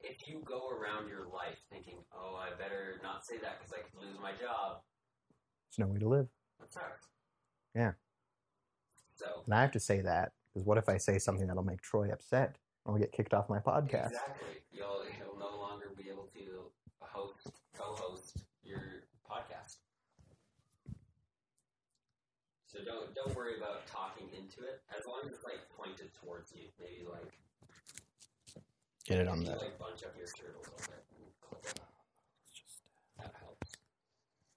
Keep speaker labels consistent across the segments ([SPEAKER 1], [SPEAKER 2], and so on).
[SPEAKER 1] if you go around your life thinking, "Oh, I better not say that because I could lose my job,"
[SPEAKER 2] There's no way to live.
[SPEAKER 1] that sucks.
[SPEAKER 2] Yeah.
[SPEAKER 1] So
[SPEAKER 2] And I have to say that because what if I say something that'll make Troy upset? I'll get kicked off my podcast.
[SPEAKER 1] exactly, you'll you'll no longer be able to host co-host your podcast. So don't don't worry about talking into it. As long as it's like pointed towards you, maybe like
[SPEAKER 2] Get it on
[SPEAKER 1] you
[SPEAKER 2] the.
[SPEAKER 1] like bunch up your shirt a little bit and clip it. That helps.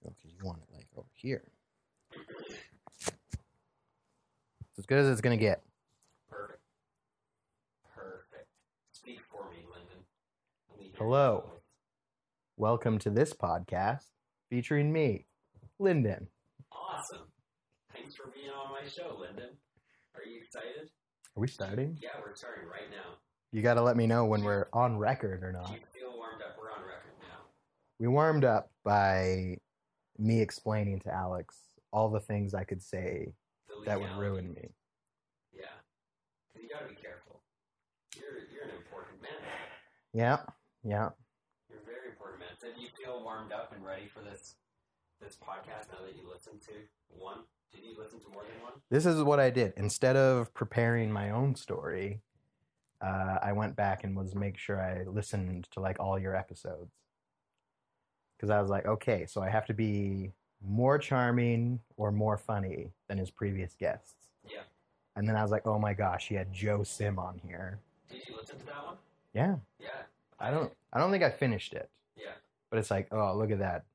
[SPEAKER 2] Okay, you want it like over here. It's as good as it's gonna get.
[SPEAKER 1] Perfect. Perfect. Speak for me, Lyndon. Let me hear
[SPEAKER 2] Hello.
[SPEAKER 1] you.
[SPEAKER 2] Welcome to this podcast featuring me, Lyndon.
[SPEAKER 1] Awesome. Thanks for being on my show, Lyndon. Are you excited?
[SPEAKER 2] Are we starting?
[SPEAKER 1] Yeah, we're starting right now.
[SPEAKER 2] You gotta let me know when we're on record or
[SPEAKER 1] Do
[SPEAKER 2] not.
[SPEAKER 1] you feel warmed up? We're on record now.
[SPEAKER 2] We warmed up by me explaining to Alex all the things I could say
[SPEAKER 1] The
[SPEAKER 2] that would
[SPEAKER 1] legality.
[SPEAKER 2] ruin me.
[SPEAKER 1] Yeah. 'Cause you gotta be careful. You're you're an important man.
[SPEAKER 2] Yeah, yeah.
[SPEAKER 1] You're a very important man. So do you feel warmed up and ready for this this podcast now that you listened to one? Did you listen to more than one?
[SPEAKER 2] This is what I did. Instead of preparing my own story, uh, I went back and was make sure I listened to like all your episodes because I was like, okay, so I have to be more charming or more funny than his previous guests.
[SPEAKER 1] Yeah.
[SPEAKER 2] And then I was like, oh my gosh, he had Joe Sim on here.
[SPEAKER 1] Did you listen to that one?
[SPEAKER 2] Yeah.
[SPEAKER 1] Yeah.
[SPEAKER 2] I don't. I don't think I finished it.
[SPEAKER 1] Yeah.
[SPEAKER 2] But it's like, oh, look at that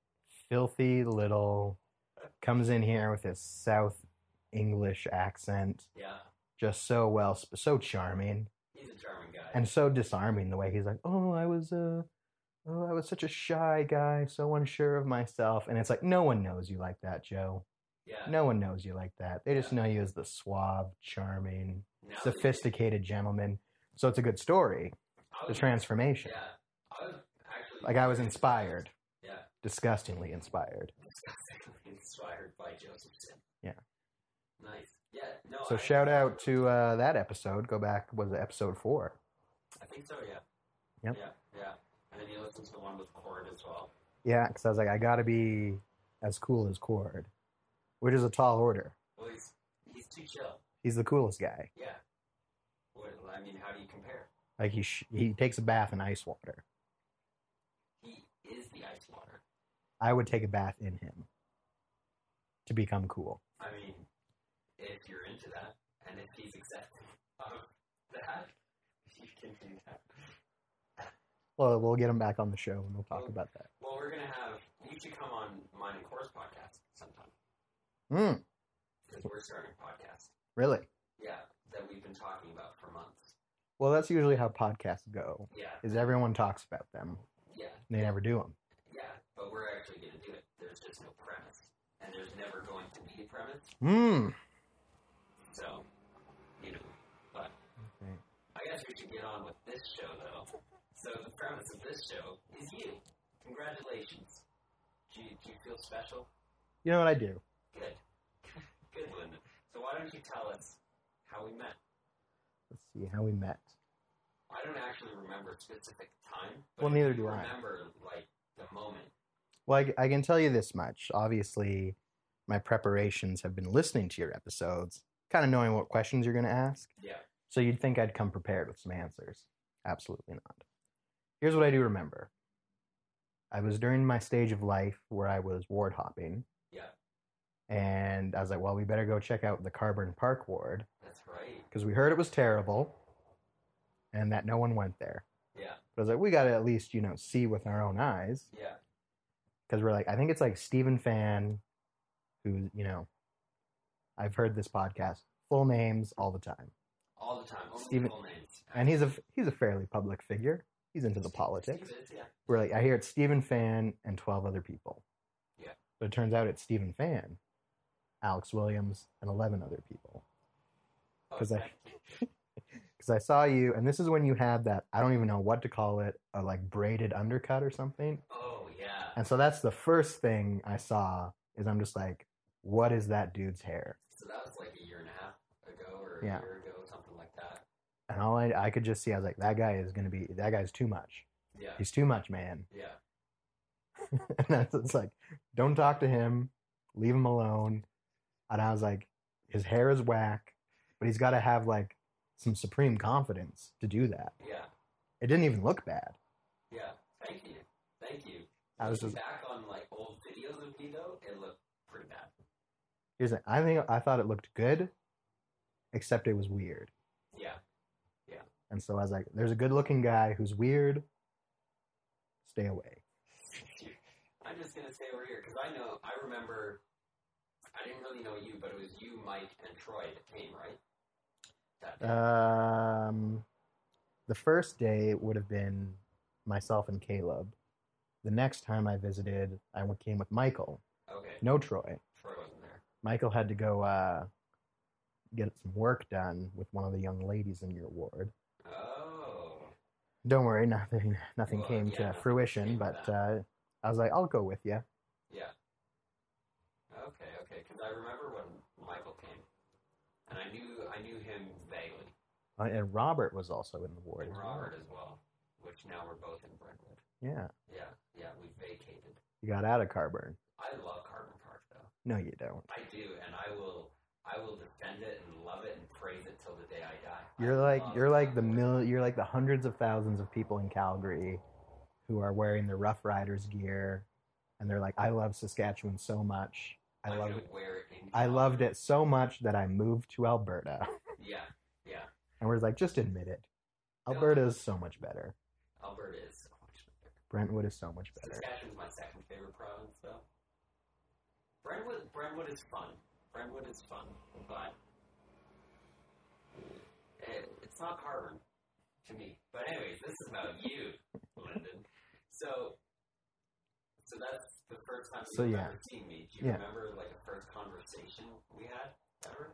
[SPEAKER 2] filthy little comes in here with his South English accent.
[SPEAKER 1] Yeah.
[SPEAKER 2] just so well, sp- so charming,
[SPEAKER 1] He's a charming guy.
[SPEAKER 2] and so disarming. The way he's like, "Oh, I was uh, oh, I was such a shy guy, so unsure of myself," and it's like, no one knows you like that, Joe.
[SPEAKER 1] yeah.
[SPEAKER 2] No one knows you like that. They just know you as the suave, charming,
[SPEAKER 1] Now that you-
[SPEAKER 2] sophisticated gentleman. So it's a good story,
[SPEAKER 1] I
[SPEAKER 2] the
[SPEAKER 1] was-
[SPEAKER 2] transformation.
[SPEAKER 1] Yeah. I was actually
[SPEAKER 2] Like I was inspired,
[SPEAKER 1] Yeah.
[SPEAKER 2] disgustingly inspired.
[SPEAKER 1] inspired by Josephson.
[SPEAKER 2] Yeah.
[SPEAKER 1] Nice. Yeah. No. Oh,
[SPEAKER 2] So
[SPEAKER 1] I-
[SPEAKER 2] shout out to uh, that episode. Go back, was it episode four?
[SPEAKER 1] I think so. Yeah.
[SPEAKER 2] Yep.
[SPEAKER 1] Yeah. Yeah. And then you listen to the one with Cord as well.
[SPEAKER 2] Yeah, because I was like, I gotta be as cool as Cord, which is a tall order.
[SPEAKER 1] Well, he's he's too chill.
[SPEAKER 2] He's the coolest guy.
[SPEAKER 1] Yeah. What, I mean, how do you compare?
[SPEAKER 2] Like he sh- he takes a bath in ice water.
[SPEAKER 1] He is the ice water.
[SPEAKER 2] I would take a bath in him to become cool.
[SPEAKER 1] I mean, if you're into that, and if he's accepting of that, you can do that.
[SPEAKER 2] Well, we'll get him back on the show and we'll talk about that.
[SPEAKER 1] Well, we're gonna have you should come on mine and Core's podcast sometime
[SPEAKER 2] Mm,
[SPEAKER 1] because we're starting a podcast.
[SPEAKER 2] really?
[SPEAKER 1] Yeah, that we've been talking about for months.
[SPEAKER 2] Well, that's usually how podcasts go.
[SPEAKER 1] Yeah,
[SPEAKER 2] Is everyone talks about them?
[SPEAKER 1] yeah,
[SPEAKER 2] They never do them.
[SPEAKER 1] yeah. But we're actually gonna do it. There's just no premise, and there's never going to be a premise.
[SPEAKER 2] Mm.
[SPEAKER 1] So, you know. But
[SPEAKER 2] Okay.
[SPEAKER 1] I guess we should get on with this show though. So the premise of this show is you. Congratulations. Do you, do you feel special?
[SPEAKER 2] You know what I do?
[SPEAKER 1] Good. Good, Linda. So why don't you tell us how we met?
[SPEAKER 2] Let's see how we met.
[SPEAKER 1] I don't actually remember a specific time.
[SPEAKER 2] Well,
[SPEAKER 1] if
[SPEAKER 2] neither
[SPEAKER 1] you
[SPEAKER 2] do I.
[SPEAKER 1] remember, like, the moment.
[SPEAKER 2] Well, I c- I, can tell you this much. Obviously, my preparations have been listening to your episodes, kind of knowing what questions you're going to ask.
[SPEAKER 1] Yeah.
[SPEAKER 2] So you'd think I'd come prepared with some answers. Absolutely not. Here's what I do remember. I was during my stage of life where I was ward hopping.
[SPEAKER 1] Yeah.
[SPEAKER 2] And I was like, well, we better go check out the Carburn Park ward
[SPEAKER 1] That's right.
[SPEAKER 2] because we heard it was terrible and that no one went there.
[SPEAKER 1] Yeah.
[SPEAKER 2] But I was like, we got to at least, you know, see with our own eyes
[SPEAKER 1] Yeah.
[SPEAKER 2] because we're like, I think it's like Stephen Fan, who you know, I've heard this podcast full names all the time,
[SPEAKER 1] All the time. Only
[SPEAKER 2] Steven-
[SPEAKER 1] full names.
[SPEAKER 2] and he's a he's a fairly public figure. He's into the politics.
[SPEAKER 1] Steven, yeah.
[SPEAKER 2] We're like, I hear it's Stephen Fan and twelve other people.
[SPEAKER 1] Yeah.
[SPEAKER 2] but it turns out it's Stephen Fan, Alex Williams, and eleven other people.
[SPEAKER 1] Oh,
[SPEAKER 2] 'Cause I-
[SPEAKER 1] exactly.
[SPEAKER 2] Because I saw you, and this is when you had that I don't even know what to call it, a like braided undercut or something.
[SPEAKER 1] Oh, yeah.
[SPEAKER 2] And so that's the first thing I saw is I'm just like, what is that dude's hair?
[SPEAKER 1] So that was like a year and a half ago or
[SPEAKER 2] Yeah.
[SPEAKER 1] a year ago, something like that.
[SPEAKER 2] and all I, I could just see, I was like, that guy is going to be, that guy's too much.
[SPEAKER 1] Yeah.
[SPEAKER 2] He's too much, man.
[SPEAKER 1] Yeah.
[SPEAKER 2] and that's it's like, don't talk to him, leave him alone. And I was like, his hair is whack, but he's got to have like some supreme confidence to do that.
[SPEAKER 1] Yeah.
[SPEAKER 2] It didn't even look bad.
[SPEAKER 1] Yeah. Thank you. Thank you.
[SPEAKER 2] I was
[SPEAKER 1] Looking
[SPEAKER 2] just
[SPEAKER 1] back on like old videos of me though, it looked pretty bad.
[SPEAKER 2] here's the, I think I thought it looked good, except it was weird.
[SPEAKER 1] Yeah.
[SPEAKER 2] And so I was like, there's a good looking guy who's weird. Stay away.
[SPEAKER 1] I'm just gonna stay over here because I know I remember. I didn't really know you, but it was you, Mike, and Troy that came, right? That
[SPEAKER 2] Uh,
[SPEAKER 1] day.
[SPEAKER 2] Um, the first day would have been myself and Caleb. The next time I visited, I came with Michael.
[SPEAKER 1] okay.
[SPEAKER 2] No, Troy.
[SPEAKER 1] Troy wasn't there.
[SPEAKER 2] Michael had to go uh, get some work done with one of the young ladies in your ward.
[SPEAKER 1] Oh.
[SPEAKER 2] Don't worry, nothing nothing
[SPEAKER 1] Well,
[SPEAKER 2] came
[SPEAKER 1] yeah,
[SPEAKER 2] to
[SPEAKER 1] nothing
[SPEAKER 2] fruition,
[SPEAKER 1] came of
[SPEAKER 2] but
[SPEAKER 1] that.
[SPEAKER 2] uh, I was like, I'll go with you.
[SPEAKER 1] Yeah. Okay, okay. Because I remember when Michael came, and I knew I knew him vaguely,
[SPEAKER 2] Uh, and Robert was also in the ward.
[SPEAKER 1] and
[SPEAKER 2] as well.
[SPEAKER 1] Robert as well, which now we're both in Brentwood.
[SPEAKER 2] Yeah,
[SPEAKER 1] Yeah, yeah. We vacated.
[SPEAKER 2] you got out of Carburn.
[SPEAKER 1] I love Carbon Park though.
[SPEAKER 2] No, you don't.
[SPEAKER 1] I do, and I will. I will defend it and love it and praise it till the day I die. I
[SPEAKER 2] You're like
[SPEAKER 1] love
[SPEAKER 2] you're like the
[SPEAKER 1] Carbon Park.
[SPEAKER 2] mil- you're like the hundreds of thousands of people in Calgary who are wearing the Rough Riders gear, and they're like, I love Saskatchewan so much. I
[SPEAKER 1] I'm
[SPEAKER 2] love
[SPEAKER 1] gonna wear it. In
[SPEAKER 2] I loved
[SPEAKER 1] color.
[SPEAKER 2] it so much that I moved to Alberta.
[SPEAKER 1] Yeah, yeah.
[SPEAKER 2] And we're like, just admit it.
[SPEAKER 1] Yeah.
[SPEAKER 2] Alberta is so much better.
[SPEAKER 1] Alberta is so much better.
[SPEAKER 2] Brentwood is so much better.
[SPEAKER 1] Saskatchewan's my second favorite province, though. Brentwood, Brentwood is fun. Brentwood is fun, but it, it's not Harvard to me. But anyways, this is about you, Lyndon. So, so that's the first time you've
[SPEAKER 2] So, yeah.
[SPEAKER 1] ever seen me. Do you
[SPEAKER 2] Yeah.
[SPEAKER 1] remember like the first conversation we had ever?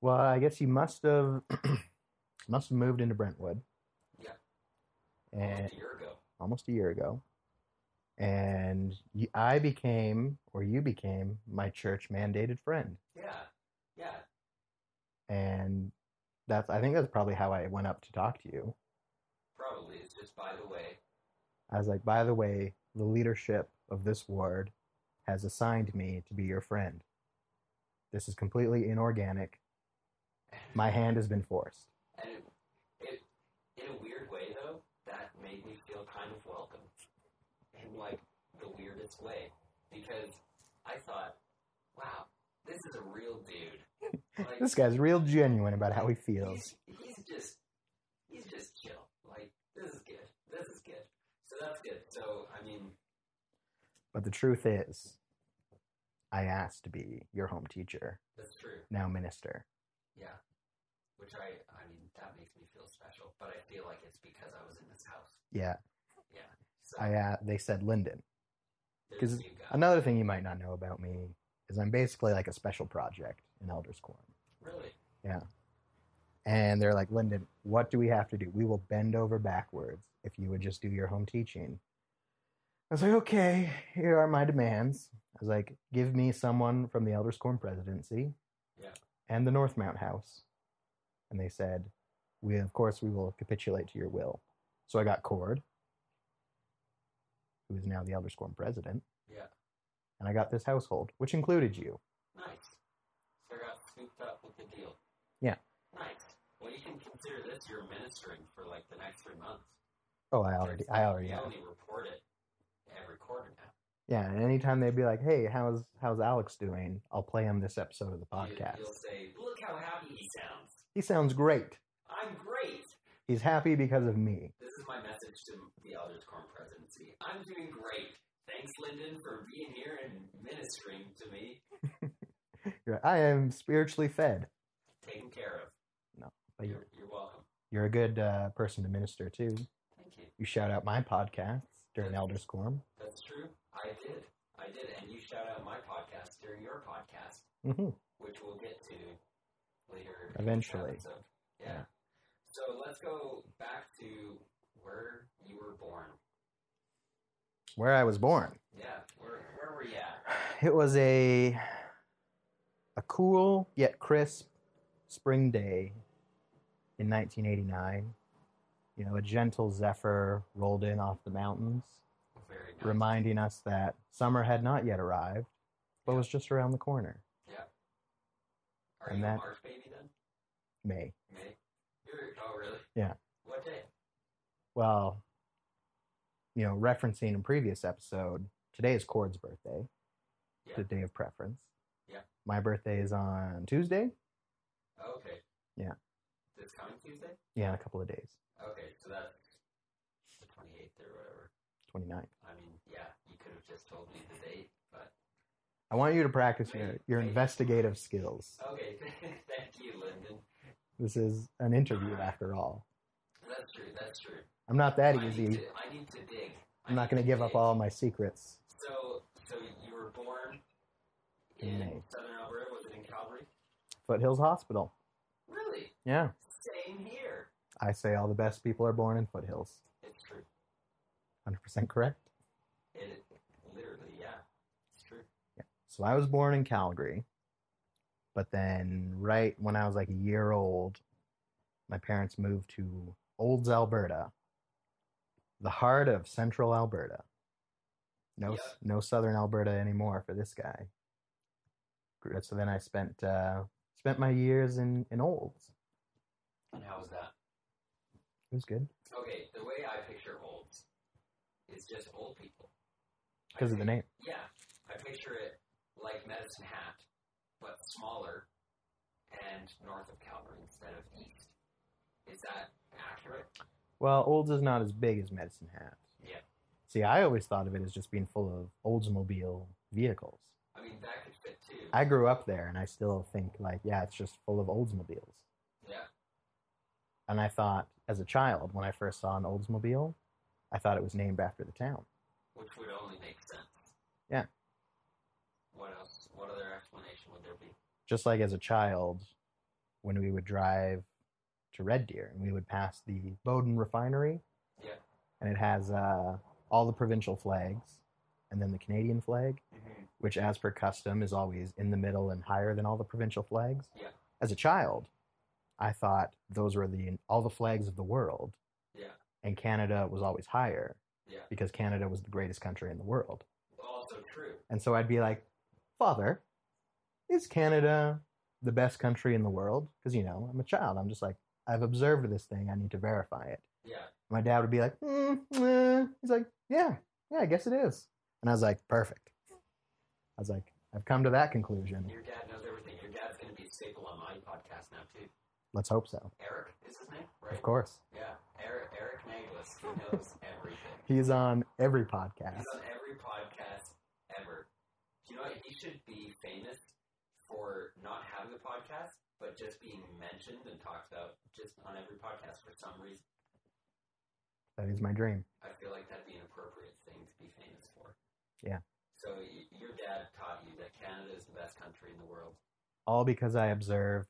[SPEAKER 2] Well, I guess you must have must have moved into Brentwood.
[SPEAKER 1] Yeah.
[SPEAKER 2] And Eh.
[SPEAKER 1] Almost a year ago.
[SPEAKER 2] almost a year ago. And you, I became, or you became, my church mandated friend.
[SPEAKER 1] Yeah, yeah,
[SPEAKER 2] And that's, I think that's probably how I went up to talk to you.
[SPEAKER 1] probably. It's just by the way.
[SPEAKER 2] I was like, by the way, the leadership of this ward has assigned me to be your friend. This is completely inorganic. My hand has been forced.
[SPEAKER 1] And it, it, in a weird way, though, that made me feel kind of welcome. In like the weirdest way. Because I thought, wow, this is a real dude. Like,
[SPEAKER 2] This guy's real genuine about how he feels.
[SPEAKER 1] he's, he's just, he's just chill. Like, this is good. This is good. So that's good. So, I mean,
[SPEAKER 2] But the truth is, I asked to be your home teacher,
[SPEAKER 1] that's true.
[SPEAKER 2] now minister.
[SPEAKER 1] Yeah. Which I, I mean, that makes me feel special. But I feel like it's because I was in this house.
[SPEAKER 2] Yeah,
[SPEAKER 1] So,
[SPEAKER 2] I uh, they said Lyndon.
[SPEAKER 1] there's
[SPEAKER 2] 'cause
[SPEAKER 1] you guys.
[SPEAKER 2] Another thing you might not know about me is I'm basically like a special project in Elder's Quorum.
[SPEAKER 1] Really?
[SPEAKER 2] And they're like, Lyndon, what do we have to do? We will bend over backwards if you would just do your home teaching. I was like, okay, here are my demands. I was like, give me someone from the Elder's Quorum presidency
[SPEAKER 1] Yeah.
[SPEAKER 2] and the Northmount House. And they said, we of course we will capitulate to your will. So I got Cord, who is now the Elder's Quorum president.
[SPEAKER 1] Yeah.
[SPEAKER 2] And I got this household, which included you.
[SPEAKER 1] Nice. So I got scooped up with the deal.
[SPEAKER 2] Yeah.
[SPEAKER 1] Nice. Well, you can consider this your ministering for like the next three months.
[SPEAKER 2] Oh, I already I already
[SPEAKER 1] You
[SPEAKER 2] have.
[SPEAKER 1] only report it every quarter now.
[SPEAKER 2] Yeah, and anytime they'd be like, "Hey, how's how's Alex doing?" I'll play him this episode of the podcast.
[SPEAKER 1] You, will say, "Look how happy he sounds.
[SPEAKER 2] He sounds great.
[SPEAKER 1] I'm great.
[SPEAKER 2] He's happy because of me.
[SPEAKER 1] This is my message to the Elders Quorum presidency. I'm doing great. Thanks, Lyndon, for being here and ministering to me,
[SPEAKER 2] You're, I am spiritually fed.
[SPEAKER 1] taken care of.
[SPEAKER 2] No, but
[SPEAKER 1] You're, you're welcome.
[SPEAKER 2] You're a good uh, person to minister to.
[SPEAKER 1] Thank you.
[SPEAKER 2] You shout out my podcasts during Elders Quorum.
[SPEAKER 1] That's true. I did. I did. And you shout out my podcast during your podcast.
[SPEAKER 2] hmm
[SPEAKER 1] which we'll get to later. in this
[SPEAKER 2] Eventually.
[SPEAKER 1] episode. Yeah.
[SPEAKER 2] Yeah.
[SPEAKER 1] So let's go back to where you were born.
[SPEAKER 2] Where I was born,
[SPEAKER 1] Yeah. Where where were you at?
[SPEAKER 2] it was a a cool yet crisp spring day in 1989 You know, a gentle zephyr rolled in off the mountains,
[SPEAKER 1] Very nice.
[SPEAKER 2] reminding us that summer had not yet arrived, but was just around the corner.
[SPEAKER 1] Are
[SPEAKER 2] and
[SPEAKER 1] you
[SPEAKER 2] that-
[SPEAKER 1] a March baby then?
[SPEAKER 2] May.
[SPEAKER 1] May? You're, oh, really?
[SPEAKER 2] Yeah.
[SPEAKER 1] What day?
[SPEAKER 2] Well, you know, referencing a previous episode, today is Cord's birthday,
[SPEAKER 1] Yeah.
[SPEAKER 2] the day of preference.
[SPEAKER 1] Yeah.
[SPEAKER 2] My birthday is on Tuesday.
[SPEAKER 1] Oh, okay.
[SPEAKER 2] Yeah.
[SPEAKER 1] This coming Tuesday?
[SPEAKER 2] Yeah, in a couple of days,
[SPEAKER 1] Okay, so that's the 28th or whatever.
[SPEAKER 2] 29.
[SPEAKER 1] I mean, yeah, you could have just told me the date, but
[SPEAKER 2] I want you to practice your, your investigative skills.
[SPEAKER 1] okay. Thank you, Lyndon.
[SPEAKER 2] This is an interview after all.
[SPEAKER 1] That's true. That's true.
[SPEAKER 2] I'm not that
[SPEAKER 1] I Need
[SPEAKER 2] easy.
[SPEAKER 1] to, I need to dig. I
[SPEAKER 2] I'm not
[SPEAKER 1] need
[SPEAKER 2] going to give up
[SPEAKER 1] dig.
[SPEAKER 2] all my secrets.
[SPEAKER 1] So, so you were born
[SPEAKER 2] In
[SPEAKER 1] in
[SPEAKER 2] May.
[SPEAKER 1] Southern Alberta. Was it in Calgary?
[SPEAKER 2] Foothills Hospital.
[SPEAKER 1] Really?
[SPEAKER 2] Yeah.
[SPEAKER 1] Same here.
[SPEAKER 2] I say all the best people are born in foothills.
[SPEAKER 1] It's true.
[SPEAKER 2] 100% correct.
[SPEAKER 1] It literally, yeah, it's true.
[SPEAKER 2] So I was born in Calgary. But then, right when I was like a year old, my parents moved to Olds, Alberta, the heart of central Alberta. No, s no southern Alberta anymore for this guy. Gr- So then I spent uh, spent my years in, in Olds.
[SPEAKER 1] And how was that?
[SPEAKER 2] It was good
[SPEAKER 1] Okay, the way I picture olds is just old people. I
[SPEAKER 2] because of the
[SPEAKER 1] pic-
[SPEAKER 2] name.
[SPEAKER 1] Yeah, I picture it like Medicine Hat, but smaller and north of Calgary instead of east. Is that accurate?
[SPEAKER 2] Well, Olds is not as big as Medicine Hat.
[SPEAKER 1] Yeah.
[SPEAKER 2] See, I always thought of it as just being full of Oldsmobile vehicles.
[SPEAKER 1] I mean, that could fit too.
[SPEAKER 2] I grew up there and I still think, like, yeah, it's just full of Oldsmobiles.
[SPEAKER 1] yeah,
[SPEAKER 2] And I thought, as a child, when I first saw an Oldsmobile, I thought it was named after the town.
[SPEAKER 1] which would only make sense.
[SPEAKER 2] Yeah.
[SPEAKER 1] What else? What other explanation would there be?
[SPEAKER 2] Just like as a child, when we would drive to Red Deer and we would pass the Bowden refinery.
[SPEAKER 1] Yeah.
[SPEAKER 2] And it has uh, all the provincial flags and then the Canadian flag. which as per custom is always in the middle and higher than all the provincial flags.
[SPEAKER 1] Yeah.
[SPEAKER 2] As a child, I thought those were the all the flags of the world.
[SPEAKER 1] Yeah.
[SPEAKER 2] And Canada was always higher
[SPEAKER 1] Yeah.
[SPEAKER 2] because Canada was the greatest country in the world.
[SPEAKER 1] Also true.
[SPEAKER 2] And so I'd be like, "Father, is Canada the best country in the world?" Because you know, I'm a child. I'm just like, I've observed this thing. I need to verify it.
[SPEAKER 1] Yeah.
[SPEAKER 2] My dad would be like, mm, eh." he's like, yeah, yeah, I guess it is. And I was like, perfect. I was like, I've come to that conclusion.
[SPEAKER 1] Your dad knows everything. Your dad's going to be a staple on my podcast now too.
[SPEAKER 2] Let's hope so.
[SPEAKER 1] Eric is his name, right?
[SPEAKER 2] Of course.
[SPEAKER 1] Yeah. Eric Eric Naglis. He knows everything.
[SPEAKER 2] He's on every podcast.
[SPEAKER 1] He's on every podcast ever. You know what? He should be famous for not having a podcast, but just being mentioned and talked about just on every podcast for some reason.
[SPEAKER 2] That is my dream.
[SPEAKER 1] I feel like that'd be an appropriate thing to be famous for.
[SPEAKER 2] Yeah.
[SPEAKER 1] So y- your dad taught you that Canada is the best country in the world,
[SPEAKER 2] All because I observed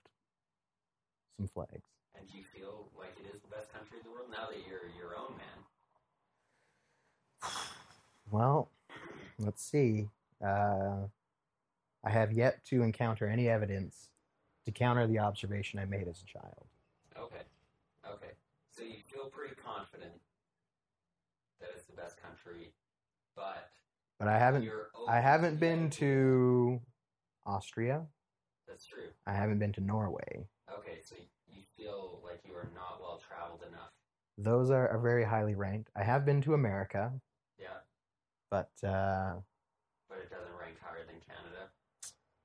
[SPEAKER 2] some flags.
[SPEAKER 1] and do you feel like it is the best country in the world now that you're your own man.
[SPEAKER 2] Well, let's see. Uh, I have yet to encounter any evidence to counter the observation I made as a child.
[SPEAKER 1] Okay. Okay. So you feel pretty confident that it's the best country, but
[SPEAKER 2] But I haven't.
[SPEAKER 1] you're open
[SPEAKER 2] I haven't
[SPEAKER 1] the
[SPEAKER 2] been
[SPEAKER 1] idea-
[SPEAKER 2] to Austria.
[SPEAKER 1] That's true.
[SPEAKER 2] I haven't been to Norway.
[SPEAKER 1] Okay, so you feel like you are not well traveled enough.
[SPEAKER 2] Those are, are very highly ranked. I have been to America,
[SPEAKER 1] Yeah,
[SPEAKER 2] but uh,
[SPEAKER 1] but it doesn't rank higher than Canada.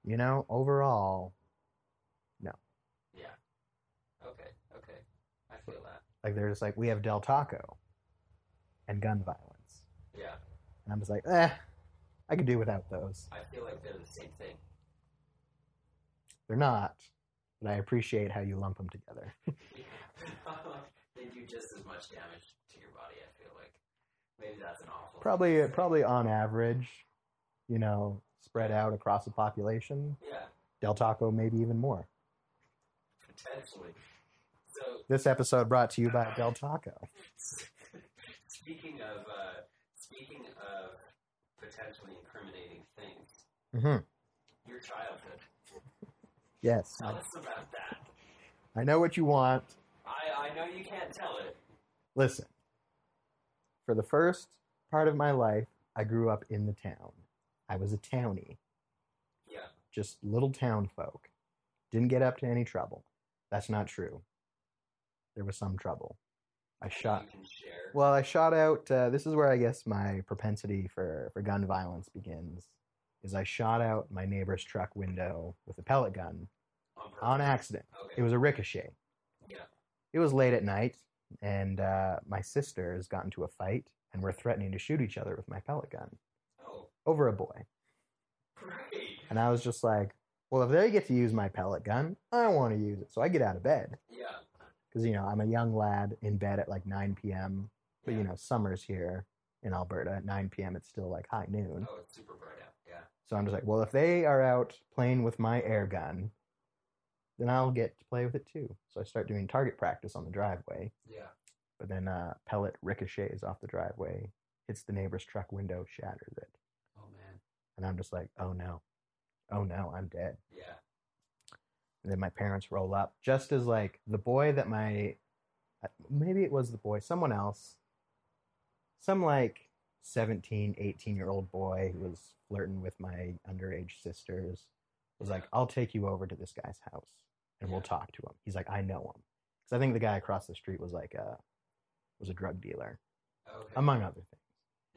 [SPEAKER 2] you know, overall,
[SPEAKER 1] Yeah. Okay. Okay. I feel that.
[SPEAKER 2] like they're just like we have Del Taco and gun violence,
[SPEAKER 1] Yeah.
[SPEAKER 2] and I'm just like, eh, I could do without those.
[SPEAKER 1] I feel like they're the same thing.
[SPEAKER 2] They're not, but I appreciate how you lump them together.
[SPEAKER 1] they do just as much damage to your body. I feel like maybe that's an awful. thing
[SPEAKER 2] Probably, uh,
[SPEAKER 1] to say.
[SPEAKER 2] probably on average, you know, spread out across the population,
[SPEAKER 1] Yeah,
[SPEAKER 2] Del Taco maybe even more.
[SPEAKER 1] potentially. So
[SPEAKER 2] This episode brought to you by Del Taco.
[SPEAKER 1] speaking of uh, speaking of potentially incriminating things,
[SPEAKER 2] hmm
[SPEAKER 1] your childhood.
[SPEAKER 2] Yes,
[SPEAKER 1] Oh. Tell us about that.
[SPEAKER 2] I know what you want.
[SPEAKER 1] I, I know you can't tell it,
[SPEAKER 2] Listen, for the first part of my life, I grew up in the town. I was a townie,
[SPEAKER 1] Yeah.
[SPEAKER 2] just little town folk. Didn't get up to any trouble. That's not true. There was some trouble. I shot.
[SPEAKER 1] You can share.
[SPEAKER 2] Well, I shot out. Uh, this is where I guess my propensity for, for gun violence begins. Is I shot out my neighbor's truck window with a pellet gun
[SPEAKER 1] on, purpose.
[SPEAKER 2] on accident.
[SPEAKER 1] Okay.
[SPEAKER 2] It was a ricochet.
[SPEAKER 1] Yeah.
[SPEAKER 2] It was late at night, and uh, my sisters got into a fight and were threatening to shoot each other with my pellet gun
[SPEAKER 1] oh,
[SPEAKER 2] over a boy.
[SPEAKER 1] great.
[SPEAKER 2] And I was just like, well, if they get to use my pellet gun, I want to use it. So I get out of bed
[SPEAKER 1] Yeah.
[SPEAKER 2] because, you know, I'm a young lad in bed at like 9 p.m. But,
[SPEAKER 1] yeah.
[SPEAKER 2] you know, summer's here in Alberta at 9 p.m. It's still like high noon.
[SPEAKER 1] Oh, it's super bright out. Yeah.
[SPEAKER 2] So I'm just like, well, if they are out playing with my air gun, then I'll get to play with it too. So I start doing target practice on the driveway.
[SPEAKER 1] Yeah.
[SPEAKER 2] But then uh, pellet ricochets off the driveway, hits the neighbor's truck window, shatters it.
[SPEAKER 1] Oh man.
[SPEAKER 2] And I'm just like, oh no, oh no, I'm dead.
[SPEAKER 1] Yeah.
[SPEAKER 2] And then my parents roll up, just as like the boy that my, uh, maybe it was the boy, someone else, some like 17, 18 year old boy who was flirting with my underage sisters was like, I'll take you over to this guy's house and we'll
[SPEAKER 1] Yeah.
[SPEAKER 2] talk to him. He's like, I know him. Because I think the guy across the street was like a, was a drug dealer,
[SPEAKER 1] Okay.
[SPEAKER 2] among other things.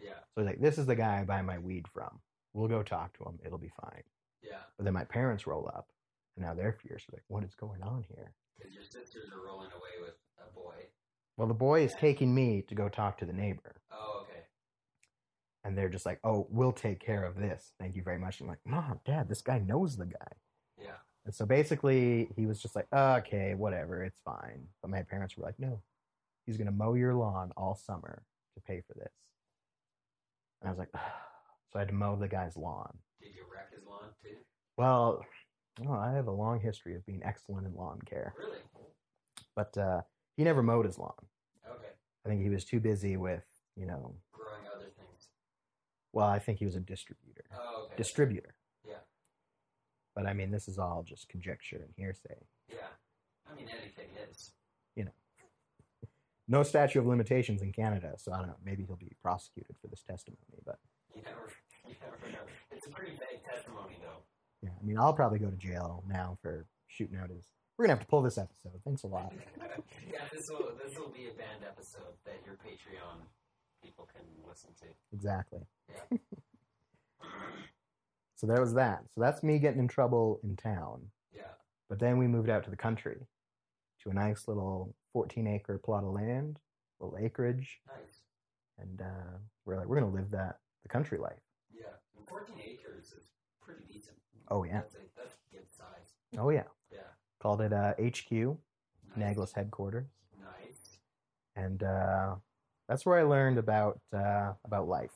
[SPEAKER 1] yeah.
[SPEAKER 2] So he's like, this is the guy I buy my weed from. We'll go talk to him. It'll be fine.
[SPEAKER 1] Yeah.
[SPEAKER 2] But then my parents roll up, and now they're fierce. Like, what is going on here?
[SPEAKER 1] Because your sisters are rolling away with a boy.
[SPEAKER 2] Well, the boy is taking me to go talk to the neighbor,
[SPEAKER 1] Oh, okay.
[SPEAKER 2] and they're just like, oh, we'll take care of this. Thank you very much. I'm like, mom, dad, this guy knows the guy.
[SPEAKER 1] Yeah.
[SPEAKER 2] And so basically, he was just like, okay, whatever, it's fine. But my parents were like, no, he's going to mow your lawn all summer to pay for this. And I was like, so I had to mow the guy's lawn.
[SPEAKER 1] Did you wreck his lawn too?
[SPEAKER 2] Well, well, I have a long history of being excellent in lawn care,
[SPEAKER 1] Really?
[SPEAKER 2] but uh, he never mowed his lawn.
[SPEAKER 1] Okay.
[SPEAKER 2] I think he was too busy with, you know,
[SPEAKER 1] Growing other things.
[SPEAKER 2] well, I think he was a distributor.
[SPEAKER 1] Oh, okay.
[SPEAKER 2] Distributor.
[SPEAKER 1] Yeah.
[SPEAKER 2] But I mean, this is all just conjecture and hearsay.
[SPEAKER 1] yeah. I mean, anything is.
[SPEAKER 2] No statute of limitations in Canada, so I don't know. Maybe he'll be prosecuted for this testimony, but
[SPEAKER 1] You never, you never know. It's a pretty vague testimony, though.
[SPEAKER 2] yeah, I mean, I'll probably go to jail now for shooting out his. We're gonna have to pull this episode. Thanks a lot.
[SPEAKER 1] yeah, this will this will be a band episode that your Patreon people can listen to.
[SPEAKER 2] Exactly. So there was that. So that's me getting in trouble in town.
[SPEAKER 1] Yeah.
[SPEAKER 2] But then we moved out to the country to a nice little 14 acre plot of land, little acreage.
[SPEAKER 1] Nice.
[SPEAKER 2] And uh, we're like, we're going to live that, the country life.
[SPEAKER 1] Yeah. And 14 acres is pretty decent.
[SPEAKER 2] Oh, yeah.
[SPEAKER 1] That's a, that's a good size.
[SPEAKER 2] Oh, yeah.
[SPEAKER 1] Yeah.
[SPEAKER 2] Called it uh, HQ,
[SPEAKER 1] Nice.
[SPEAKER 2] Naglus headquarters.
[SPEAKER 1] Nice.
[SPEAKER 2] And uh, that's where I learned about, uh, about life.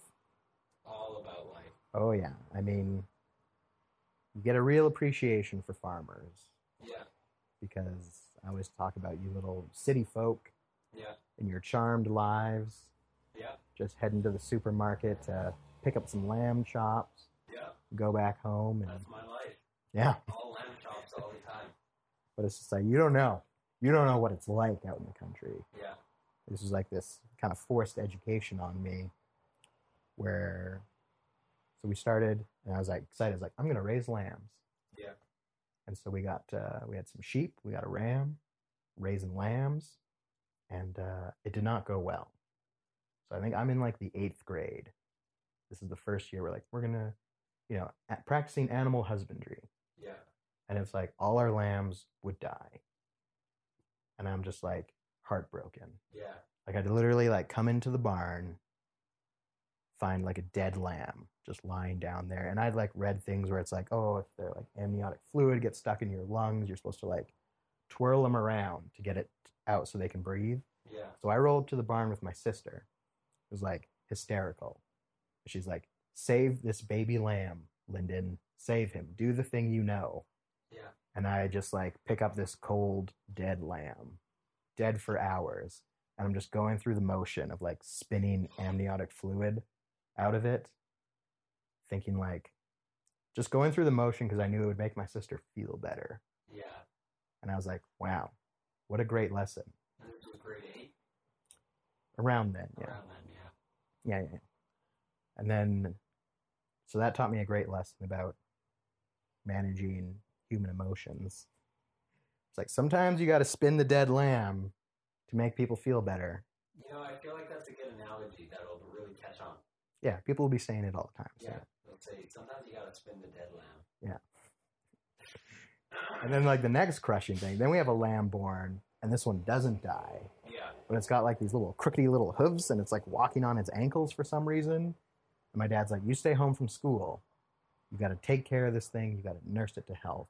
[SPEAKER 1] All about life.
[SPEAKER 2] Oh, yeah. I mean, you get a real appreciation for farmers
[SPEAKER 1] Yeah.
[SPEAKER 2] because I always talk about you little city folk
[SPEAKER 1] Yeah.
[SPEAKER 2] and your charmed lives.
[SPEAKER 1] Yeah.
[SPEAKER 2] just heading to the supermarket to pick up some lamb chops,
[SPEAKER 1] Yeah.
[SPEAKER 2] go back home, and
[SPEAKER 1] That's my life.
[SPEAKER 2] yeah.
[SPEAKER 1] All lamb chops all the time.
[SPEAKER 2] But it's just like you don't know, you don't know what it's like out in the country.
[SPEAKER 1] Yeah.
[SPEAKER 2] This is like this kind of forced education on me, where so we started, and I was like excited. I was like, I'm gonna raise lambs.
[SPEAKER 1] Yeah.
[SPEAKER 2] And so we got uh, we had some sheep, we got a ram, raising lambs, and uh, it did not go well. So I think I'm in like the eighth grade. This is the first year we're like we're gonna, you know, a- practicing animal husbandry,
[SPEAKER 1] Yeah.
[SPEAKER 2] and it's like all our lambs would die, and I'm just like heartbroken.
[SPEAKER 1] Yeah.
[SPEAKER 2] Like I'd literally like come into the barn, find like a dead lamb just lying down there, and I'd like read things where it's like, oh, if they're like amniotic fluid gets stuck in your lungs, you're supposed to like twirl them around to get it out so they can breathe.
[SPEAKER 1] Yeah.
[SPEAKER 2] So I rolled up to the barn with my sister, who's like hysterical. She's like, save this baby lamb, Lyndon, save him, do the thing you know.
[SPEAKER 1] Yeah.
[SPEAKER 2] And I just like pick up this cold, dead lamb, dead for hours. And I'm just going through the motion of like spinning amniotic fluid out of it, thinking like, just going through the motion because I knew it would make my sister feel better.
[SPEAKER 1] Yeah.
[SPEAKER 2] And I was like, wow, what a great lesson.
[SPEAKER 1] And this was grade eight.
[SPEAKER 2] around then. Yeah.
[SPEAKER 1] around then, yeah.
[SPEAKER 2] yeah, yeah. And then, so that taught me a great lesson about managing human emotions. It's like sometimes you got to spin the dead lamb to make people feel better.
[SPEAKER 1] You know, I feel like that's a good analogy that'll really catch on.
[SPEAKER 2] Yeah, people will be saying it all the time. So.
[SPEAKER 1] Yeah. Let's say sometimes you gotta spin the dead lamb.
[SPEAKER 2] Yeah. And then, like, the next crushing thing, then we have a lamb born, and this one doesn't die.
[SPEAKER 1] yeah.
[SPEAKER 2] but it's got like these little crookedy little hooves and it's like walking on its ankles for some reason. And my dad's like, You stay home from school. You got to take care of this thing. You got to nurse it to health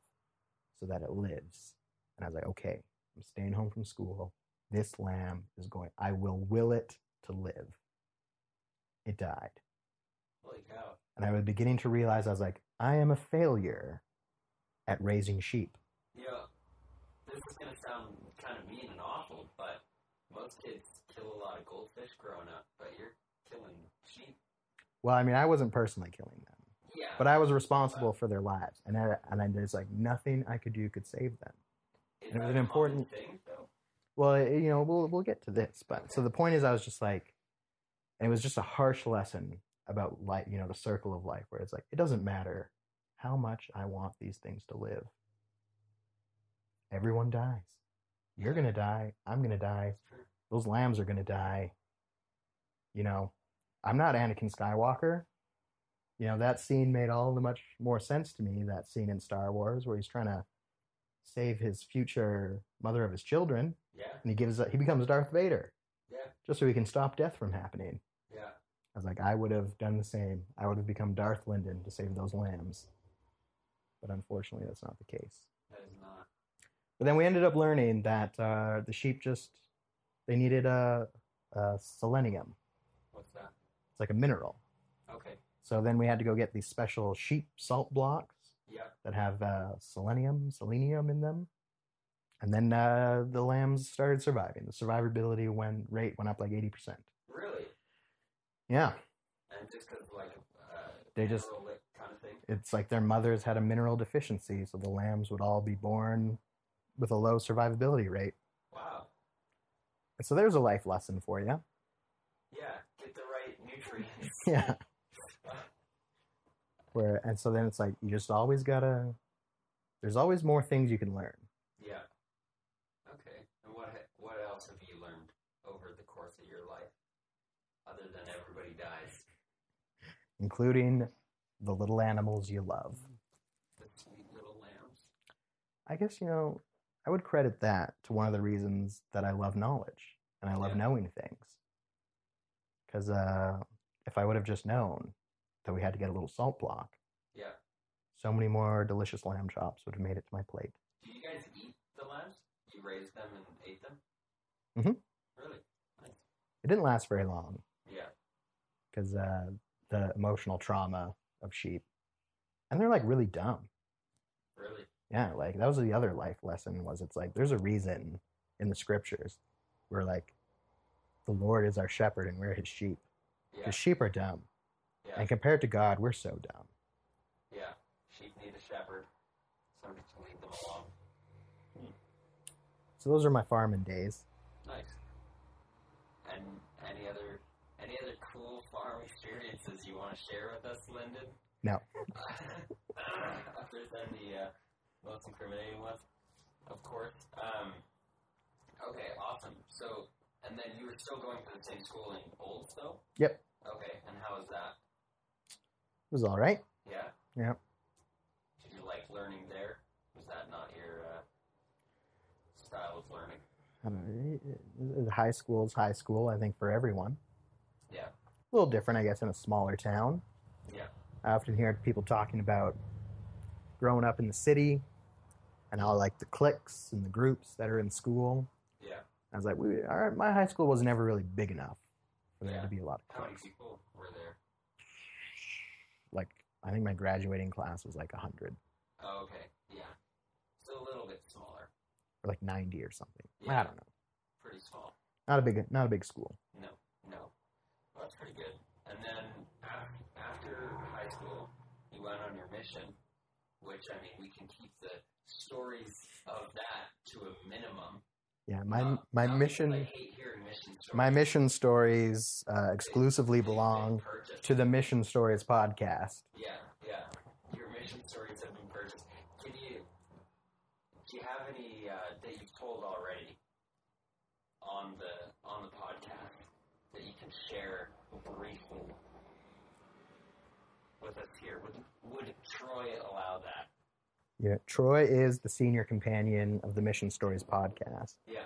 [SPEAKER 2] so that it lives. And I was like, Okay, I'm staying home from school. This lamb is going, I will will it to live. It died.
[SPEAKER 1] Holy cow.
[SPEAKER 2] And I was beginning to realize, I was like, I am a failure at raising sheep.
[SPEAKER 1] You know, this is gonna sound kinda mean and awful, but most kids kill a lot of goldfish growing up, but you're killing sheep.
[SPEAKER 2] Well, I mean, I wasn't personally killing them.
[SPEAKER 1] Yeah.
[SPEAKER 2] but I was responsible for their lives, and I, and I, there's like nothing I could do could save them.
[SPEAKER 1] is
[SPEAKER 2] it was
[SPEAKER 1] that
[SPEAKER 2] an
[SPEAKER 1] a
[SPEAKER 2] important-
[SPEAKER 1] common thing though.
[SPEAKER 2] Well, it- you know, we'll we'll get to this, but so the point is, I was just like, and it was just a harsh lesson about life, you know, the circle of life, where it's like it doesn't matter how much I want these things to live. Everyone dies. You're gonna die. I'm gonna die.
[SPEAKER 1] Sure.
[SPEAKER 2] Those lambs are gonna die. You know, I'm not Anakin Skywalker. You know, that scene made all the much more sense to me, that scene in Star Wars where he's trying to save his future mother of his children
[SPEAKER 1] Yeah,
[SPEAKER 2] and he gives he becomes Darth Vader
[SPEAKER 1] yeah,
[SPEAKER 2] just so he can stop death from happening.
[SPEAKER 1] yeah.
[SPEAKER 2] I was like, I would have done the same. I would have become Darth Lyndon to save those lambs. But unfortunately, that's not the case.
[SPEAKER 1] That is not
[SPEAKER 2] But then we ended up learning that uh, the sheep just they needed a, a selenium.
[SPEAKER 1] what's that?
[SPEAKER 2] It's like a mineral.
[SPEAKER 1] Okay.
[SPEAKER 2] So then we had to go get these special sheep salt blocks
[SPEAKER 1] Yep.
[SPEAKER 2] that have uh, selenium, selenium in them. And then uh, the lambs started surviving. The survivability went rate went up like eighty percent.
[SPEAKER 1] Really?
[SPEAKER 2] Yeah,
[SPEAKER 1] And just because like uh,
[SPEAKER 2] They just-
[SPEAKER 1] kind of thing.
[SPEAKER 2] it's like their mothers had a mineral deficiency, so the lambs would all be born with a low survivability rate.
[SPEAKER 1] Wow.
[SPEAKER 2] And so there's a life lesson for you.
[SPEAKER 1] Yeah. Get the right nutrients.
[SPEAKER 2] Yeah. Where and so then it's like you just always gotta. There's always more things you can learn.
[SPEAKER 1] yeah. Okay. And what ha- what else have you learned over the course of your life, other than everybody dies?
[SPEAKER 2] including the little animals you love.
[SPEAKER 1] The sweet little lambs.
[SPEAKER 2] I guess, you know, I would credit that to one of the reasons that I love knowledge and I love
[SPEAKER 1] Yeah.
[SPEAKER 2] knowing things. Because uh, if I would have just known that we had to get a little salt block,
[SPEAKER 1] Yeah.
[SPEAKER 2] so many more delicious lamb chops would have made it to my plate.
[SPEAKER 1] Did you guys eat the lambs? You raised them and ate them.
[SPEAKER 2] Mhm.
[SPEAKER 1] Really?
[SPEAKER 2] It didn't last very long
[SPEAKER 1] Yeah.
[SPEAKER 2] because uh, the emotional trauma of sheep. And they're like really dumb.
[SPEAKER 1] Really.
[SPEAKER 2] yeah like that was the other life lesson was it's like there's a reason in the scriptures where like the lord is our shepherd and we're his sheep
[SPEAKER 1] Yeah.
[SPEAKER 2] because sheep are dumb
[SPEAKER 1] Yeah.
[SPEAKER 2] and compared to god we're so dumb
[SPEAKER 1] Yeah. Sheep need a shepherd. So just lead them along.
[SPEAKER 2] so those are my farming days
[SPEAKER 1] Nice. And any other any other cool farm experiences you want to share with us, Lyndon?
[SPEAKER 2] No.
[SPEAKER 1] Other than the uh, most incriminating ones, of course. Um, okay, awesome. So, and then you were still going to the same school in Olds, though.
[SPEAKER 2] Yep.
[SPEAKER 1] Okay, and how was that?
[SPEAKER 2] it was all right
[SPEAKER 1] Yeah.
[SPEAKER 2] Yeah.
[SPEAKER 1] Did you like learning there? Was that not your uh, style of learning?
[SPEAKER 2] I don't know, eh, eh, high school's high school i think for everyone
[SPEAKER 1] Yeah.
[SPEAKER 2] a little different i guess in a smaller town
[SPEAKER 1] Yeah.
[SPEAKER 2] i often hear people talking about growing up in the city and how like the cliques and the groups that are in school
[SPEAKER 1] Yeah.
[SPEAKER 2] I was like, we, our, my high school was never really big enough for there
[SPEAKER 1] Yeah.
[SPEAKER 2] to be a lot of
[SPEAKER 1] How many
[SPEAKER 2] cliques.
[SPEAKER 1] people were there?
[SPEAKER 2] Like, I think my graduating class was like 100
[SPEAKER 1] Oh, okay. Yeah. So a little bit smaller.
[SPEAKER 2] or like 90 or something.
[SPEAKER 1] Yeah.
[SPEAKER 2] I don't know.
[SPEAKER 1] Pretty small.
[SPEAKER 2] Not a big, not a big school.
[SPEAKER 1] No. No. Well, that's pretty good. And then af- after high school, you went on your mission, which, I mean, we can keep the stories of that to a minimum
[SPEAKER 2] Yeah, my
[SPEAKER 1] Uh, some
[SPEAKER 2] my
[SPEAKER 1] people,
[SPEAKER 2] mission
[SPEAKER 1] like, hate hearing mission stories.
[SPEAKER 2] my mission stories uh, exclusively
[SPEAKER 1] They- they
[SPEAKER 2] belong
[SPEAKER 1] purchased.
[SPEAKER 2] to the Mission Stories podcast.
[SPEAKER 1] Yeah, yeah. Your mission stories have been purchased. Can you do you have any uh, that you've told already on the on the podcast that you can share briefly with us here? Would would Troy allow that?
[SPEAKER 2] Yeah, Troy is the senior companion of the Mission Stories podcast.
[SPEAKER 1] Yeah,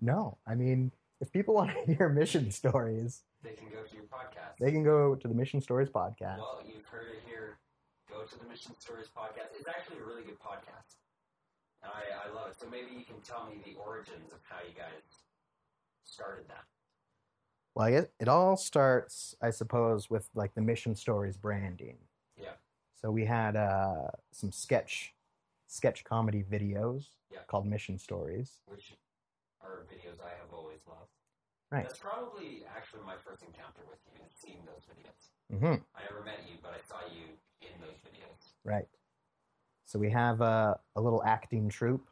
[SPEAKER 2] No, I mean, if people want to hear mission stories,
[SPEAKER 1] they can go to your podcast.
[SPEAKER 2] they can go to the Mission Stories podcast.
[SPEAKER 1] well, you've heard it here. Go to the Mission Stories podcast. It's actually a really good podcast. And I, I love it. So maybe you can tell me the origins of how you guys started that.
[SPEAKER 2] Well, I guess it all starts, I suppose, with like the Mission Stories branding.
[SPEAKER 1] Yeah.
[SPEAKER 2] So we had uh, some sketch sketch comedy videos
[SPEAKER 1] Yeah.
[SPEAKER 2] called Mission Stories.
[SPEAKER 1] which are videos I have always loved.
[SPEAKER 2] Right.
[SPEAKER 1] That's probably actually my first encounter with you is seeing those videos.
[SPEAKER 2] hmm
[SPEAKER 1] I never met you, but I saw you in those videos.
[SPEAKER 2] Right. So we have uh, a little acting troupe.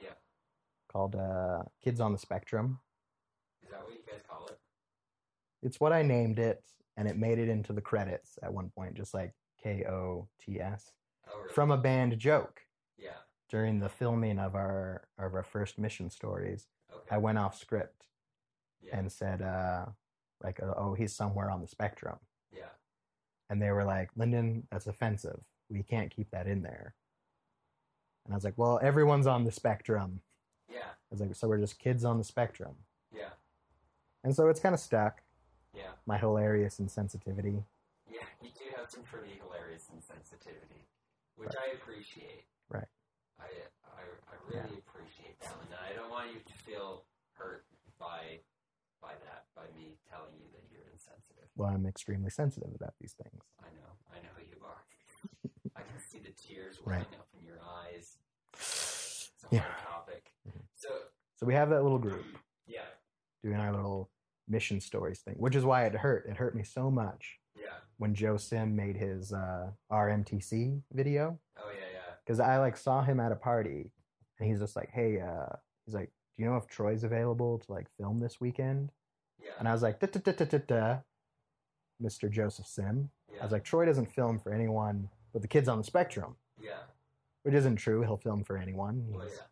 [SPEAKER 1] Yeah.
[SPEAKER 2] Called uh, Kids on the Spectrum.
[SPEAKER 1] Is that what you guys call it?
[SPEAKER 2] It's what I named it, and it made it into the credits at one point, just like K O T S.
[SPEAKER 1] Oh, really?
[SPEAKER 2] from a band joke
[SPEAKER 1] yeah.
[SPEAKER 2] during the filming of our of our first mission stories
[SPEAKER 1] Okay.
[SPEAKER 2] i went off script
[SPEAKER 1] yeah.
[SPEAKER 2] and said uh like oh he's somewhere on the spectrum
[SPEAKER 1] yeah.
[SPEAKER 2] and they were like lyndon that's offensive we can't keep that in there and i was like well everyone's on the spectrum
[SPEAKER 1] Yeah.
[SPEAKER 2] i was like so we're just kids on the spectrum
[SPEAKER 1] Yeah.
[SPEAKER 2] and so it's kind of stuck
[SPEAKER 1] Yeah.
[SPEAKER 2] my hilarious insensitivity
[SPEAKER 1] Yeah. You do have some pretty hilarious insensitivity, which I appreciate.
[SPEAKER 2] Right.
[SPEAKER 1] I I, I really appreciate that, and I don't want you to feel hurt by by that by me telling you that you're insensitive.
[SPEAKER 2] well i'm extremely sensitive about these things
[SPEAKER 1] I know. I know who you are. I can see the tears welling up in your eyes. It's a hard
[SPEAKER 2] Yeah. Mm-hmm.
[SPEAKER 1] topic. So, um,
[SPEAKER 2] so we have that little group
[SPEAKER 1] yeah,
[SPEAKER 2] doing our little mission stories thing which is why it hurt it hurt me so much
[SPEAKER 1] yeah.
[SPEAKER 2] when Joe Sim made his uh, RMTC video
[SPEAKER 1] Oh, yeah, yeah.
[SPEAKER 2] because I like saw him at a party and he's just like, hey, uh, he's like, do you know if Troy's available to like film this weekend?
[SPEAKER 1] Yeah.
[SPEAKER 2] And I was like, da da da da da da, Mr. Joseph Sim.
[SPEAKER 1] yeah.
[SPEAKER 2] I was like, Troy doesn't film for anyone but the kids on the spectrum,
[SPEAKER 1] yeah.
[SPEAKER 2] which isn't true. He'll film for anyone.
[SPEAKER 1] Well,
[SPEAKER 2] He's-
[SPEAKER 1] Oh, yeah.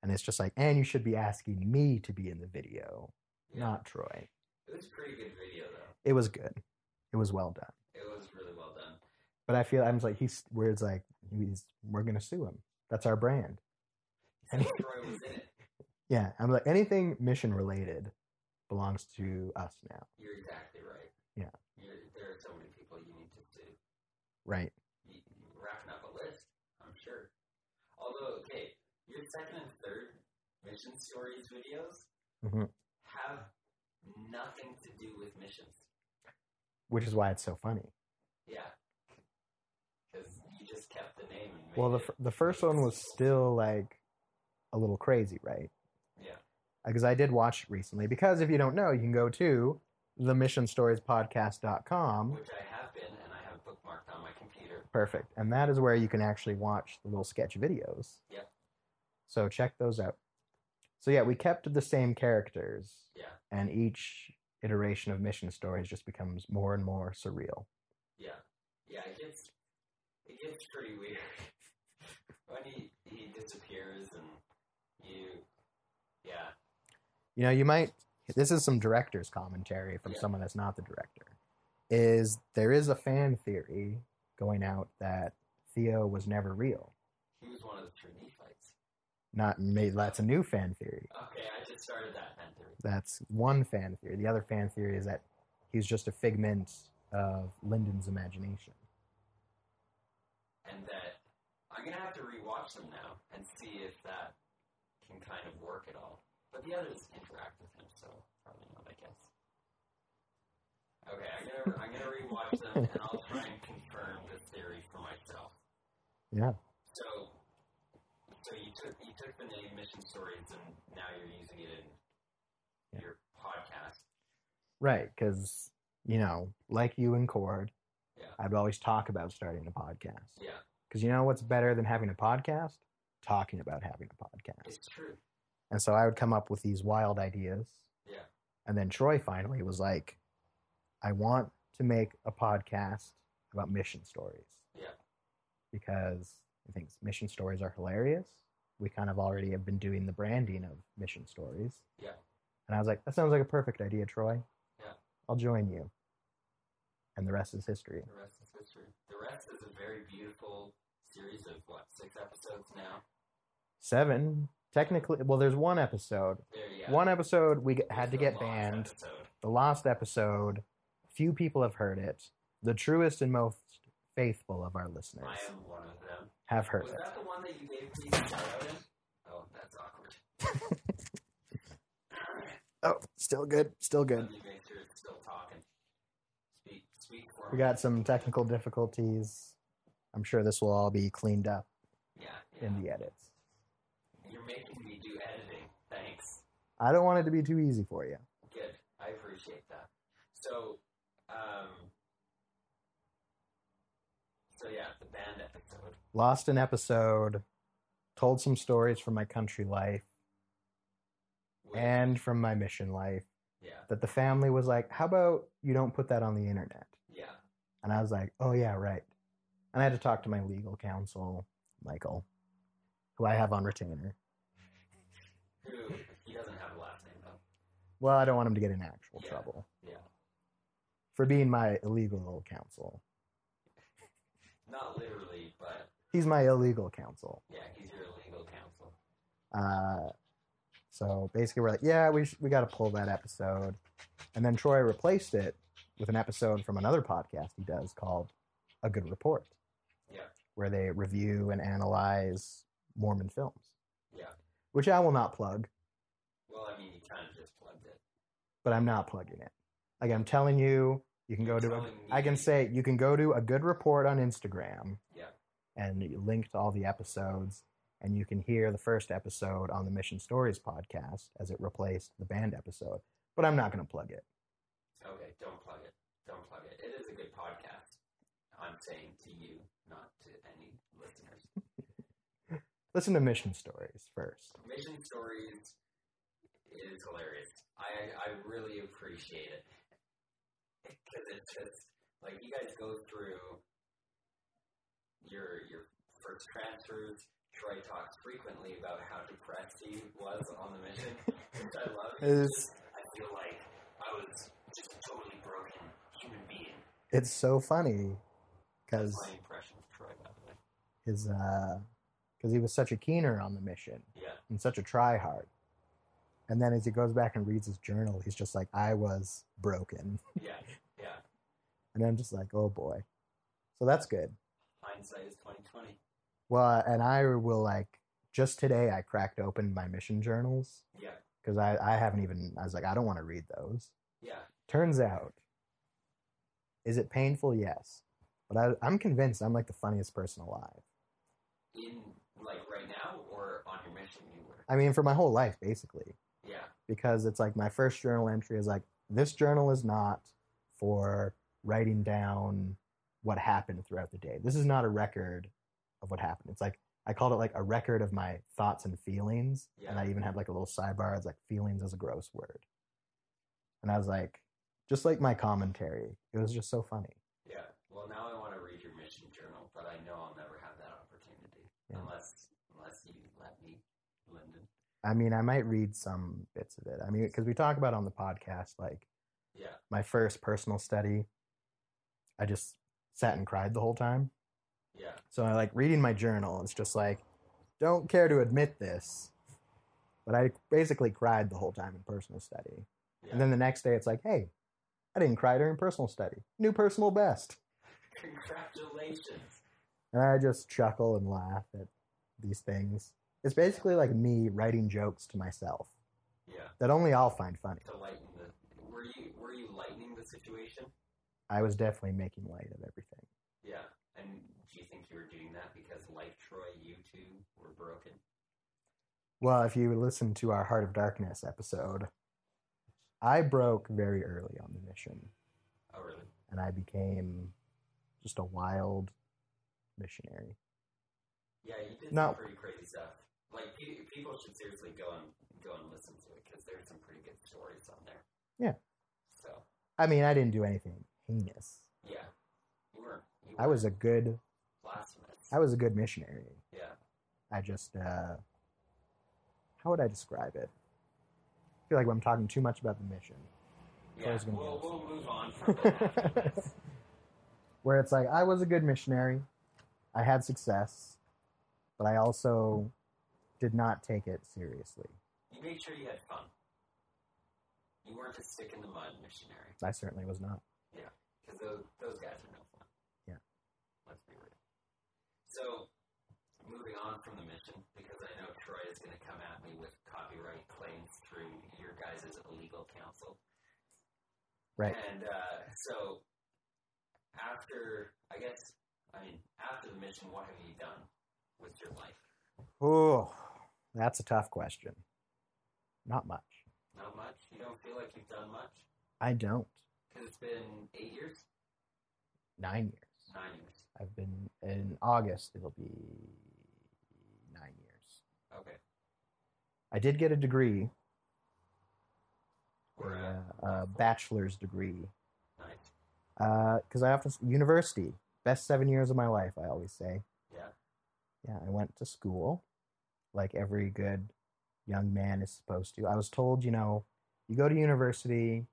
[SPEAKER 2] And it's just like, and you should be asking me to be in the video,
[SPEAKER 1] yeah.
[SPEAKER 2] not Troy.
[SPEAKER 1] It was a pretty good video, though.
[SPEAKER 2] It was good. It was well done.
[SPEAKER 1] It was really well done.
[SPEAKER 2] But I feel I'm just like he's where it's like he's we're gonna sue him. That's our brand.
[SPEAKER 1] And Troy was in it.
[SPEAKER 2] Yeah, I'm like anything mission related belongs to us now,
[SPEAKER 1] You're exactly right.
[SPEAKER 2] Yeah.
[SPEAKER 1] You're, there are so many people you need to sue.
[SPEAKER 2] right?
[SPEAKER 1] You, you're racking up a list, I'm sure. Although, okay, your second and third mission stories videos
[SPEAKER 2] Mhm.
[SPEAKER 1] have nothing to do with missions.
[SPEAKER 2] Which is why it's so funny.
[SPEAKER 1] Yeah. Because you just kept the name and made
[SPEAKER 2] Well, the
[SPEAKER 1] it.
[SPEAKER 2] fir- the first one was still like a little crazy, right?
[SPEAKER 1] Yeah.
[SPEAKER 2] Because I did watch it recently. Because if you don't know, you can go to themissionstoriespodcast.com.
[SPEAKER 1] Which I have been, and I have bookmarked on my computer.
[SPEAKER 2] Perfect, and that is where you can actually watch the little sketch videos.
[SPEAKER 1] Yeah.
[SPEAKER 2] So check those out. So yeah, we kept the same characters,
[SPEAKER 1] Yeah.
[SPEAKER 2] and each iteration of mission stories just becomes more and more surreal.
[SPEAKER 1] Yeah. Yeah, it gets, it gets pretty weird. when he, he disappears and you. Yeah.
[SPEAKER 2] you know you might this is some director's commentary from
[SPEAKER 1] Yeah.
[SPEAKER 2] someone that's not the director is there is a fan theory going out that theo was never real
[SPEAKER 1] He was one of the true Nephites.
[SPEAKER 2] not made that's a new fan theory
[SPEAKER 1] Okay, I just started that fan theory.
[SPEAKER 2] that's one fan theory the other fan theory is that he's just a figment of lyndon's imagination
[SPEAKER 1] And that I'm going to have to rewatch them now and see if that can kind of work at all. But the others interact with him, so probably not, I guess. Okay, I'm going to I'm gonna rewatch them and I'll try and confirm the theory for myself.
[SPEAKER 2] Yeah.
[SPEAKER 1] So. So you took you took the name Mission Stories and now you're using it in
[SPEAKER 2] Yeah.
[SPEAKER 1] your podcast.
[SPEAKER 2] right because you know like you and cord
[SPEAKER 1] Yeah.
[SPEAKER 2] i'd always talk about starting a podcast
[SPEAKER 1] Yeah,
[SPEAKER 2] because you know what's better than having a podcast talking about having a podcast
[SPEAKER 1] it's true.
[SPEAKER 2] And so I would come up with these wild ideas.
[SPEAKER 1] Yeah.
[SPEAKER 2] And then Troy finally was like, I want to make a podcast about mission stories.
[SPEAKER 1] Yeah.
[SPEAKER 2] Because I think mission stories are hilarious. We kind of already have been doing the branding of mission stories.
[SPEAKER 1] Yeah.
[SPEAKER 2] And I was like, that sounds like a perfect idea, Troy.
[SPEAKER 1] Yeah.
[SPEAKER 2] I'll join you. And the rest is history.
[SPEAKER 1] The rest is history. The rest is a very beautiful series of what six episodes now.
[SPEAKER 2] Seven, technically, well, there's one episode.
[SPEAKER 1] There, yeah.
[SPEAKER 2] One episode we g-
[SPEAKER 1] It's
[SPEAKER 2] had to
[SPEAKER 1] the
[SPEAKER 2] get
[SPEAKER 1] lost
[SPEAKER 2] banned.
[SPEAKER 1] episode.
[SPEAKER 2] the lost episode. Few people have heard it. The truest and most faithful of our
[SPEAKER 1] I
[SPEAKER 2] listeners
[SPEAKER 1] am one of them.
[SPEAKER 2] have heard
[SPEAKER 1] Was
[SPEAKER 2] it.
[SPEAKER 1] that the one that you gave me to shout out in? Oh, that's awkward.
[SPEAKER 2] Oh, still good, still
[SPEAKER 1] Let me make sure it's still talking. Speak, speak for
[SPEAKER 2] We
[SPEAKER 1] me.
[SPEAKER 2] got some technical difficulties. I'm sure this will all be cleaned up
[SPEAKER 1] Yeah, yeah.
[SPEAKER 2] in the edits.
[SPEAKER 1] You're making me do editing. Thanks.
[SPEAKER 2] I don't want it to be too easy for you.
[SPEAKER 1] Good. I appreciate that. So, um, so yeah, the band episode.
[SPEAKER 2] Lost an episode, told some stories from my country life
[SPEAKER 1] With,
[SPEAKER 2] and from my mission life
[SPEAKER 1] yeah,
[SPEAKER 2] that the family was like, "How about you don't put that on the internet?"
[SPEAKER 1] yeah,
[SPEAKER 2] And I was like, oh, yeah, right. And I had to talk to my legal counsel, Michael, who I have on retainer.
[SPEAKER 1] who he doesn't have a last name though.
[SPEAKER 2] Well, I don't want him to get in actual
[SPEAKER 1] Yeah,
[SPEAKER 2] trouble.
[SPEAKER 1] yeah.
[SPEAKER 2] For being my illegal counsel.
[SPEAKER 1] Not literally, but
[SPEAKER 2] He's my illegal counsel.
[SPEAKER 1] yeah, he's your legal counsel.
[SPEAKER 2] Uh, so basically, we're like, yeah, we, sh- we got to pull that episode. And then Troy replaced it with an episode from another podcast he does called A Good Report.
[SPEAKER 1] Yeah.
[SPEAKER 2] Where they review and analyze Mormon films.
[SPEAKER 1] Yeah.
[SPEAKER 2] Which I will not plug.
[SPEAKER 1] Well, I mean, you kind of just plugged it.
[SPEAKER 2] but I'm not plugging it. Like I'm telling you, you can go
[SPEAKER 1] You're
[SPEAKER 2] to. A,
[SPEAKER 1] telling me.
[SPEAKER 2] I can say you can go to a good report on Instagram.
[SPEAKER 1] Yeah.
[SPEAKER 2] And you link to all the episodes, and you can hear the first episode on the Mission Stories podcast as it replaced the band episode. But I'm not going to plug it.
[SPEAKER 1] Okay, don't plug it. Don't plug it. It is a good podcast. I'm saying to you, not to any listeners.
[SPEAKER 2] Listen to Mission Stories first.
[SPEAKER 1] Mission Stories is hilarious. I I really appreciate it because it's just like you guys go through your your first transfers. Troy talks frequently about how depressed he was on the mission, which I love.
[SPEAKER 2] It's
[SPEAKER 1] I feel like I was just a totally broken human being.
[SPEAKER 2] it's so funny because
[SPEAKER 1] My impression of Troy, by the way.
[SPEAKER 2] his because he was such a keener on the mission.
[SPEAKER 1] Yeah.
[SPEAKER 2] and such a tryhard. And then as he goes back and reads his journal, he's just like, I was broken.
[SPEAKER 1] Yeah, yeah.
[SPEAKER 2] And I'm just like, oh boy. So that's good.
[SPEAKER 1] Hindsight is twenty twenty.
[SPEAKER 2] Well, and I will like, just today I cracked open my mission journals
[SPEAKER 1] Yeah,
[SPEAKER 2] because I, I haven't even, I was like, I don't want to read those.
[SPEAKER 1] yeah.
[SPEAKER 2] Turns out, is it painful? Yes. But I, I'm convinced I'm like the funniest person alive.
[SPEAKER 1] In like right now or on your mission you were.
[SPEAKER 2] I mean, for my whole life, basically.
[SPEAKER 1] Yeah,
[SPEAKER 2] because it's like my first journal entry is like this journal is not for writing down what happened throughout the day. This is not a record of what happened. It's like I called it like a record of my thoughts and feelings, and
[SPEAKER 1] Yeah.
[SPEAKER 2] I even had like a little sidebar. It's like feelings is a gross word, and I was like, just like my commentary, it was just so funny.
[SPEAKER 1] yeah. Well, now I want to read your mission journal, but I know I'll never have that opportunity
[SPEAKER 2] Yeah.
[SPEAKER 1] unless unless you let me, Lyndon.
[SPEAKER 2] I mean, I might read some bits of it. I mean, because we talk about on the podcast like
[SPEAKER 1] Yeah,
[SPEAKER 2] my first personal study, I just sat and cried the whole time.
[SPEAKER 1] yeah,
[SPEAKER 2] So I like reading my journal. It's just like, don't care to admit this, but I basically cried the whole time in personal study.
[SPEAKER 1] yeah.
[SPEAKER 2] And then the next day, it's like, hey, I didn't cry during personal study. New personal best.
[SPEAKER 1] Congratulations.
[SPEAKER 2] And I just chuckle and laugh at these things. It's basically like me writing jokes to myself
[SPEAKER 1] Yeah.
[SPEAKER 2] that only I'll find funny.
[SPEAKER 1] To lighten the were you were you lightening the situation?
[SPEAKER 2] I was definitely making light of everything.
[SPEAKER 1] Yeah. And do you think you were doing that because like Troy, you two were broken?
[SPEAKER 2] Well, if you listen to our Heart of Darkness episode, I broke very early on the mission.
[SPEAKER 1] Oh really?
[SPEAKER 2] and I became just a wild missionary.
[SPEAKER 1] Yeah, you did
[SPEAKER 2] No.
[SPEAKER 1] some pretty crazy stuff. Like pe- people should seriously go and go go and listen to it because there's some pretty good stories on there.
[SPEAKER 2] Yeah.
[SPEAKER 1] So
[SPEAKER 2] I mean, I didn't do anything heinous.
[SPEAKER 1] yeah, you were. You
[SPEAKER 2] I
[SPEAKER 1] were
[SPEAKER 2] was a good
[SPEAKER 1] blasphemous.
[SPEAKER 2] I was a good missionary.
[SPEAKER 1] yeah,
[SPEAKER 2] I just uh, how would I describe it? I feel like I'm talking too much about the mission,
[SPEAKER 1] yeah.
[SPEAKER 2] was gonna
[SPEAKER 1] We'll,
[SPEAKER 2] guess.
[SPEAKER 1] we'll move on from that. after this.
[SPEAKER 2] where it's like I was a good missionary, I had success, but I also did not take it seriously.
[SPEAKER 1] You made sure you had fun. You weren't a stick in the mud missionary
[SPEAKER 2] I certainly was not.
[SPEAKER 1] because those, those guys are no fun.
[SPEAKER 2] Yeah.
[SPEAKER 1] Let's be real. So, moving on from the mission, because I know Troy is going to come at me with copyright claims through your guys' legal counsel.
[SPEAKER 2] Right.
[SPEAKER 1] And uh, so, after, I guess, I mean, after the mission, what have you done with your life?
[SPEAKER 2] Oh, that's a tough question. Not much.
[SPEAKER 1] Not much? You don't feel like you've done much?
[SPEAKER 2] I don't.
[SPEAKER 1] Because it's been eight years?
[SPEAKER 2] Nine years.
[SPEAKER 1] Nine years.
[SPEAKER 2] I've been in August. It'll be nine years.
[SPEAKER 1] Okay.
[SPEAKER 2] I did get a degree,
[SPEAKER 1] We're at
[SPEAKER 2] a, a bachelor's degree
[SPEAKER 1] nice.
[SPEAKER 2] because I often university best seven years of my life. I always say.
[SPEAKER 1] Yeah.
[SPEAKER 2] Yeah, I went to school, like every good young man is supposed to. I was told, you know, you go to university,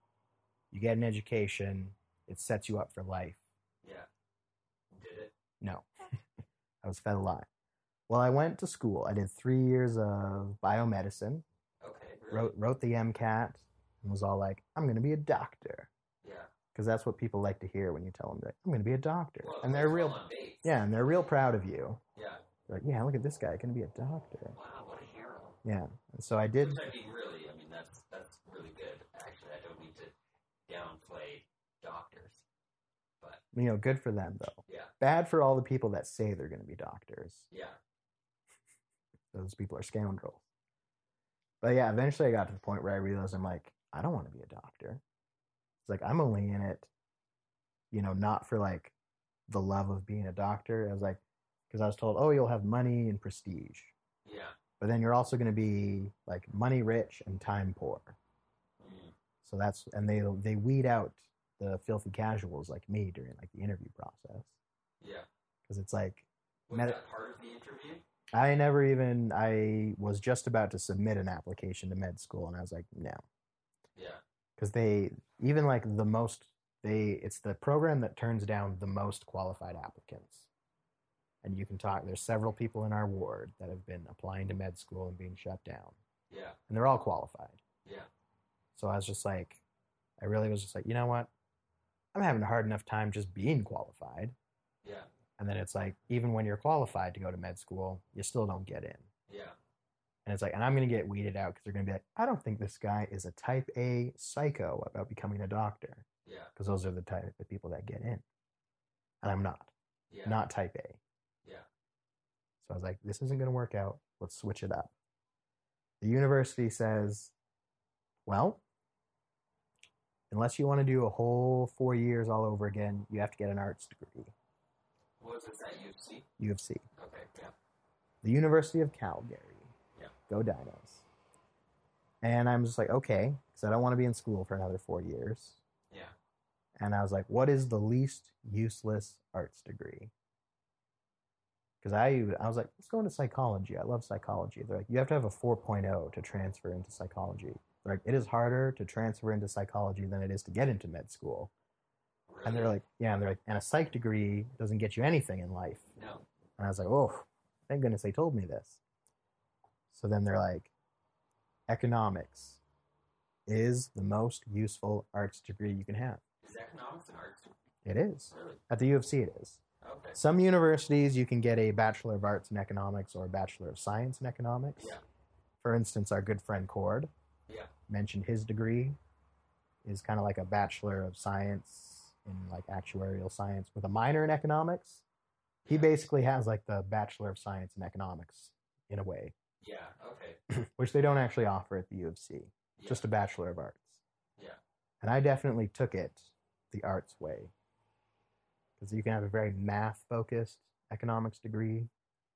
[SPEAKER 2] you get an education, it sets you up for life.
[SPEAKER 1] Yeah. Did it?
[SPEAKER 2] No, I was fed a lie. Well, I went to school. I did three years of biomedicine,
[SPEAKER 1] Okay. Really?
[SPEAKER 2] wrote wrote the MCAT, and was all like, I'm going to be a doctor.
[SPEAKER 1] Yeah.
[SPEAKER 2] Because that's what people like to hear when you tell them that I'm going to be a doctor,
[SPEAKER 1] Well,
[SPEAKER 2] and they're
[SPEAKER 1] it's
[SPEAKER 2] real,
[SPEAKER 1] all on dates.
[SPEAKER 2] yeah, and they're real proud of you.
[SPEAKER 1] Yeah.
[SPEAKER 2] They're like, yeah, look at this guy, going to be a doctor.
[SPEAKER 1] Wow, what a hero.
[SPEAKER 2] And so I did.
[SPEAKER 1] Which I mean, really, I mean, that's that's really good. Actually, I don't need to downplay doctors.
[SPEAKER 2] you know, good for them though.
[SPEAKER 1] Yeah.
[SPEAKER 2] Bad for all the people that say they're going to be doctors.
[SPEAKER 1] Yeah.
[SPEAKER 2] Those people are scoundrels. But yeah, eventually I got to the point where I realized I'm like, I don't want to be a doctor. It's like I'm only in it, you know, not for like the love of being a doctor. I was like, because I was told, oh, you'll have money and prestige,
[SPEAKER 1] Yeah.
[SPEAKER 2] but then you're also going to be like money rich and time poor.
[SPEAKER 1] Mm.
[SPEAKER 2] So that's and they they weed out the filthy casuals like me during like the interview process
[SPEAKER 1] Yeah.
[SPEAKER 2] because it's like
[SPEAKER 1] Was
[SPEAKER 2] Medi-
[SPEAKER 1] that part of the interview?
[SPEAKER 2] I never even I was just about to submit an application to med school and I was like, no.
[SPEAKER 1] Yeah.
[SPEAKER 2] Cuz they even like the most they it's the program that turns down the most qualified applicants. And you can talk there's several people in our ward that have been applying to med school and being shut down.
[SPEAKER 1] Yeah.
[SPEAKER 2] And they're all qualified.
[SPEAKER 1] Yeah.
[SPEAKER 2] So I was just like I really was just like, you know what? I'm having a hard enough time just being qualified.
[SPEAKER 1] Yeah.
[SPEAKER 2] And then it's like even when you're qualified to go to med school, you still don't get in.
[SPEAKER 1] Yeah.
[SPEAKER 2] And it's like, and I'm going to get weeded out because they're going to be like, I don't think this guy is a type A psycho about becoming a doctor
[SPEAKER 1] Yeah.
[SPEAKER 2] because those are the type of people that get in. And I'm not,
[SPEAKER 1] Yeah.
[SPEAKER 2] not type A.
[SPEAKER 1] Yeah.
[SPEAKER 2] So I was like, this isn't going to work out. Let's switch it up. The university says, well, unless you want to do a whole four years all over again, you have to get an arts degree,
[SPEAKER 1] Was it at UFC?
[SPEAKER 2] U of C.
[SPEAKER 1] Okay. Yeah.
[SPEAKER 2] the University of Calgary.
[SPEAKER 1] Yeah.
[SPEAKER 2] Go Dinos. And I'm just like, okay, because I don't want to be in school for another four years.
[SPEAKER 1] Yeah.
[SPEAKER 2] And I was like, what is the least useless arts degree? Because I, I was like, let's go into psychology. I love psychology. They're like, you have to have a 4.0 to transfer into psychology. They're like, it is harder to transfer into psychology than it is to get into med school.
[SPEAKER 1] Really?
[SPEAKER 2] And they're like, yeah, and they're like, and a psych degree doesn't get you anything in life.
[SPEAKER 1] no.
[SPEAKER 2] And I was like, oh, thank goodness they told me this. So then they're like, economics is the most useful arts degree you can have.
[SPEAKER 1] Is economics and arts
[SPEAKER 2] It is.
[SPEAKER 1] really?
[SPEAKER 2] At the U of C, it is.
[SPEAKER 1] Okay.
[SPEAKER 2] Some universities, you can get a Bachelor of Arts in Economics or a Bachelor of Science in Economics.
[SPEAKER 1] Yeah.
[SPEAKER 2] For instance, our good friend Cord
[SPEAKER 1] Yeah.
[SPEAKER 2] mentioned his degree is kind of like a Bachelor of Science in like actuarial science with a minor in economics. He
[SPEAKER 1] Yeah.
[SPEAKER 2] basically has like the Bachelor of Science in Economics in a way,
[SPEAKER 1] Yeah. Okay.
[SPEAKER 2] which they don't actually offer at the U of C,
[SPEAKER 1] Yeah.
[SPEAKER 2] just a Bachelor of Arts.
[SPEAKER 1] Yeah.
[SPEAKER 2] And I definitely took it the arts way. Because you can have a very math focused economics degree,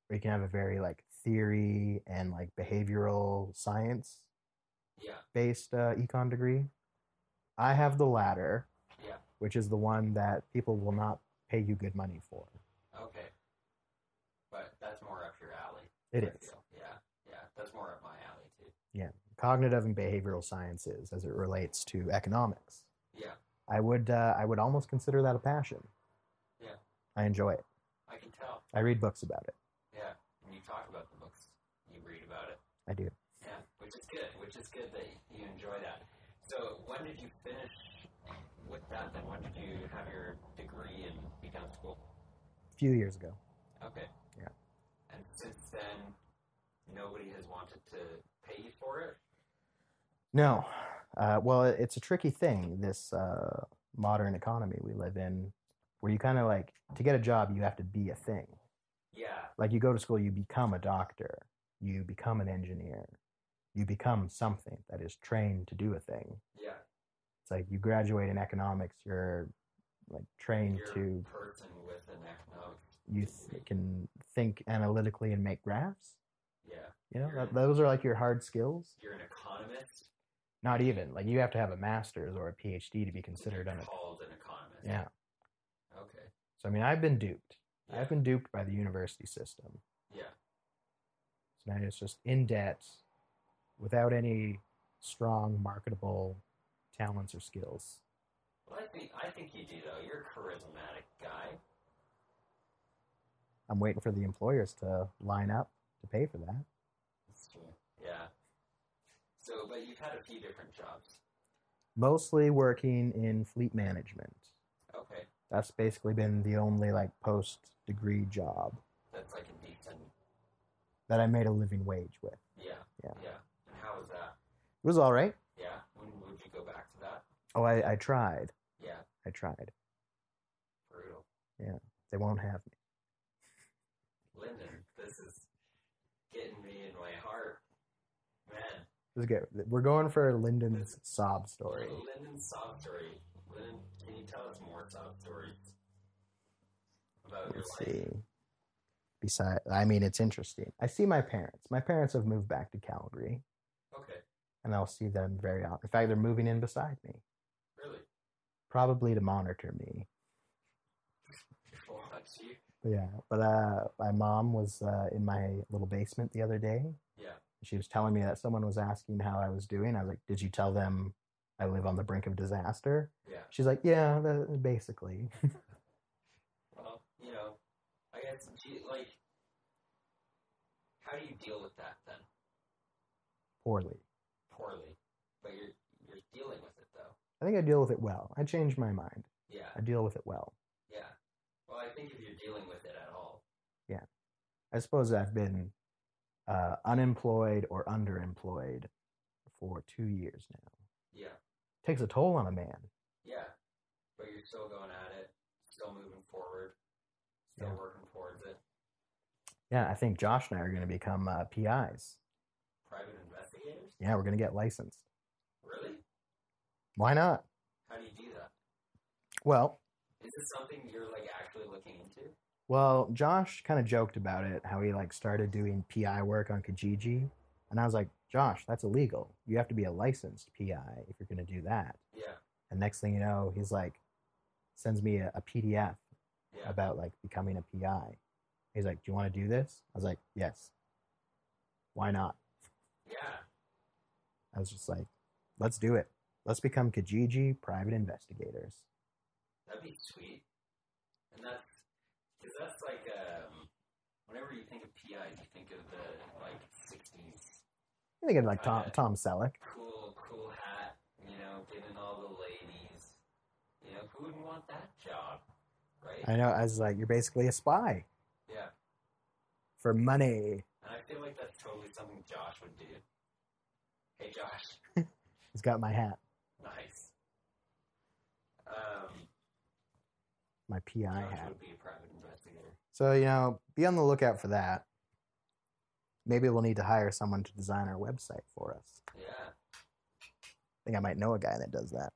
[SPEAKER 2] or you can have a very like theory and like behavioral science
[SPEAKER 1] Yeah.
[SPEAKER 2] based uh, econ degree. I have the latter,
[SPEAKER 1] Yeah.
[SPEAKER 2] which is the one that people will not pay you good money for.
[SPEAKER 1] Okay. But that's more up your alley.
[SPEAKER 2] It
[SPEAKER 1] I
[SPEAKER 2] is
[SPEAKER 1] feel. Yeah. Yeah. That's more up my alley too.
[SPEAKER 2] cognitive and behavioral sciences as it relates to economics.
[SPEAKER 1] Yeah.
[SPEAKER 2] I would uh, I would almost consider that a passion.
[SPEAKER 1] Yeah.
[SPEAKER 2] I enjoy it.
[SPEAKER 1] I can tell.
[SPEAKER 2] I read books about it.
[SPEAKER 1] Yeah. And you talk about the books. You read about it.
[SPEAKER 2] I do.
[SPEAKER 1] Yeah. Which is good. Which is good that you enjoy that. So when did you finish with that? Then when did you have your degree and become school?
[SPEAKER 2] A few years ago.
[SPEAKER 1] Okay.
[SPEAKER 2] Yeah.
[SPEAKER 1] And since then, nobody has wanted to pay you for it.
[SPEAKER 2] No. Uh, well, it- it's a tricky thing, this uh, modern economy we live in, where you kind of like, to get a job, you have to be a thing.
[SPEAKER 1] Yeah.
[SPEAKER 2] Like, you go to school, you become a doctor, you become an engineer, you become something that is trained to do a thing.
[SPEAKER 1] Yeah.
[SPEAKER 2] It's like you graduate in economics, you're like trained
[SPEAKER 1] You're
[SPEAKER 2] to,
[SPEAKER 1] a person with an economic.
[SPEAKER 2] you th- can think analytically and make graphs.
[SPEAKER 1] Yeah.
[SPEAKER 2] You know,
[SPEAKER 1] You're-
[SPEAKER 2] that, those are like your hard skills.
[SPEAKER 1] You're an economist.
[SPEAKER 2] Not even. Like, you have to have a master's or a PhD to be considered
[SPEAKER 1] You're
[SPEAKER 2] an
[SPEAKER 1] called an economist.
[SPEAKER 2] Yeah.
[SPEAKER 1] Okay.
[SPEAKER 2] So I mean, I've been duped.
[SPEAKER 1] Yeah.
[SPEAKER 2] I've been duped by the university system.
[SPEAKER 1] Yeah.
[SPEAKER 2] So now it's just in debt, without any strong marketable talents or skills.
[SPEAKER 1] Well, I think I think you do though. You're a charismatic guy.
[SPEAKER 2] I'm waiting for the employers to line up to pay for that.
[SPEAKER 1] That's true. Yeah. So, but you've had a few different jobs.
[SPEAKER 2] Mostly working in fleet management.
[SPEAKER 1] Okay.
[SPEAKER 2] That's basically been the only like post degree job
[SPEAKER 1] That's like a decent.
[SPEAKER 2] that I made a living wage with. It
[SPEAKER 1] Yeah.
[SPEAKER 2] Yeah.
[SPEAKER 1] Yeah. And how was that?
[SPEAKER 2] was all right.
[SPEAKER 1] Yeah. When would you go back to that?
[SPEAKER 2] Oh, I, I tried.
[SPEAKER 1] Yeah.
[SPEAKER 2] I tried.
[SPEAKER 1] Brutal.
[SPEAKER 2] They won't have me.
[SPEAKER 1] Lyndon, this is getting me in my heart, man.
[SPEAKER 2] This is good. We're going for Lyndon's sob story.
[SPEAKER 1] Lyndon's sob story. Lyndon, can you tell us more sob stories about your
[SPEAKER 2] Let's
[SPEAKER 1] life?
[SPEAKER 2] see. Besides, I mean, it's interesting. I see my parents. My parents have moved back to Calgary,
[SPEAKER 1] Okay.
[SPEAKER 2] and I'll see them very often. In fact, they're moving in beside me,
[SPEAKER 1] Really.
[SPEAKER 2] probably to monitor me.
[SPEAKER 1] Well, that's you.
[SPEAKER 2] But yeah, but uh, my mom was uh, in my little basement the other day.
[SPEAKER 1] Yeah.
[SPEAKER 2] She was telling me that someone was asking how I was doing. I was like, "Did you tell them I live on the brink of disaster?"
[SPEAKER 1] Yeah.
[SPEAKER 2] She's like, "Yeah, that, basically."
[SPEAKER 1] Well, you know, I guess do you, like, how do you deal with that then?
[SPEAKER 2] Poorly.
[SPEAKER 1] Poorly, but you're you're dealing with it though.
[SPEAKER 2] I think I deal with it well. I changed my mind.
[SPEAKER 1] Yeah.
[SPEAKER 2] I deal with it well.
[SPEAKER 1] Yeah. Well, I think if you're dealing with it at all,
[SPEAKER 2] I suppose I've been uh, unemployed or underemployed for two years now.
[SPEAKER 1] yeah,
[SPEAKER 2] takes a toll on a man.
[SPEAKER 1] yeah, but you're still going at it, still moving forward, still
[SPEAKER 2] Yeah.
[SPEAKER 1] working towards it.
[SPEAKER 2] Yeah, I think Josh and I are going to become uh, PIs.
[SPEAKER 1] Private investigators,
[SPEAKER 2] Yeah, we're going to get licensed.
[SPEAKER 1] really?
[SPEAKER 2] Why not?
[SPEAKER 1] How do you do that?
[SPEAKER 2] Well,
[SPEAKER 1] Is this something you're like actually looking into?
[SPEAKER 2] well, Josh kind of joked about it, how he like started doing PI work on Kijiji, and I was like, Josh, that's illegal. You have to be a licensed PI if you're going to do that.
[SPEAKER 1] Yeah,
[SPEAKER 2] And next thing you know, he's like, sends me a, a PDF
[SPEAKER 1] yeah,
[SPEAKER 2] about like becoming a PI. He's like, "Do you want to do this?" I was like, "Yes." Why not?
[SPEAKER 1] yeah.
[SPEAKER 2] I was just like, "Let's do it. Let's become Kijiji private investigators."
[SPEAKER 1] That'd be sweet. And that's because that's like um, whenever you think of PIs, you think of the like '60s
[SPEAKER 2] I think of like Tom
[SPEAKER 1] Alright.
[SPEAKER 2] Tom Selleck.
[SPEAKER 1] cool, cool hat, you know, giving all the ladies. You know, who wouldn't want that job, right?
[SPEAKER 2] I know. I was like, "You're basically a spy
[SPEAKER 1] yeah,
[SPEAKER 2] for money."
[SPEAKER 1] and I feel like that's totally something Josh would do. Hey, Josh,
[SPEAKER 2] He's got my hat,
[SPEAKER 1] nice. Um,
[SPEAKER 2] my PI
[SPEAKER 1] Josh
[SPEAKER 2] hat.
[SPEAKER 1] would be a private investigator.
[SPEAKER 2] So you know, be on the lookout for that. Maybe we'll need to hire someone to design our website for us.
[SPEAKER 1] Yeah.
[SPEAKER 2] I think I might know a guy that does that.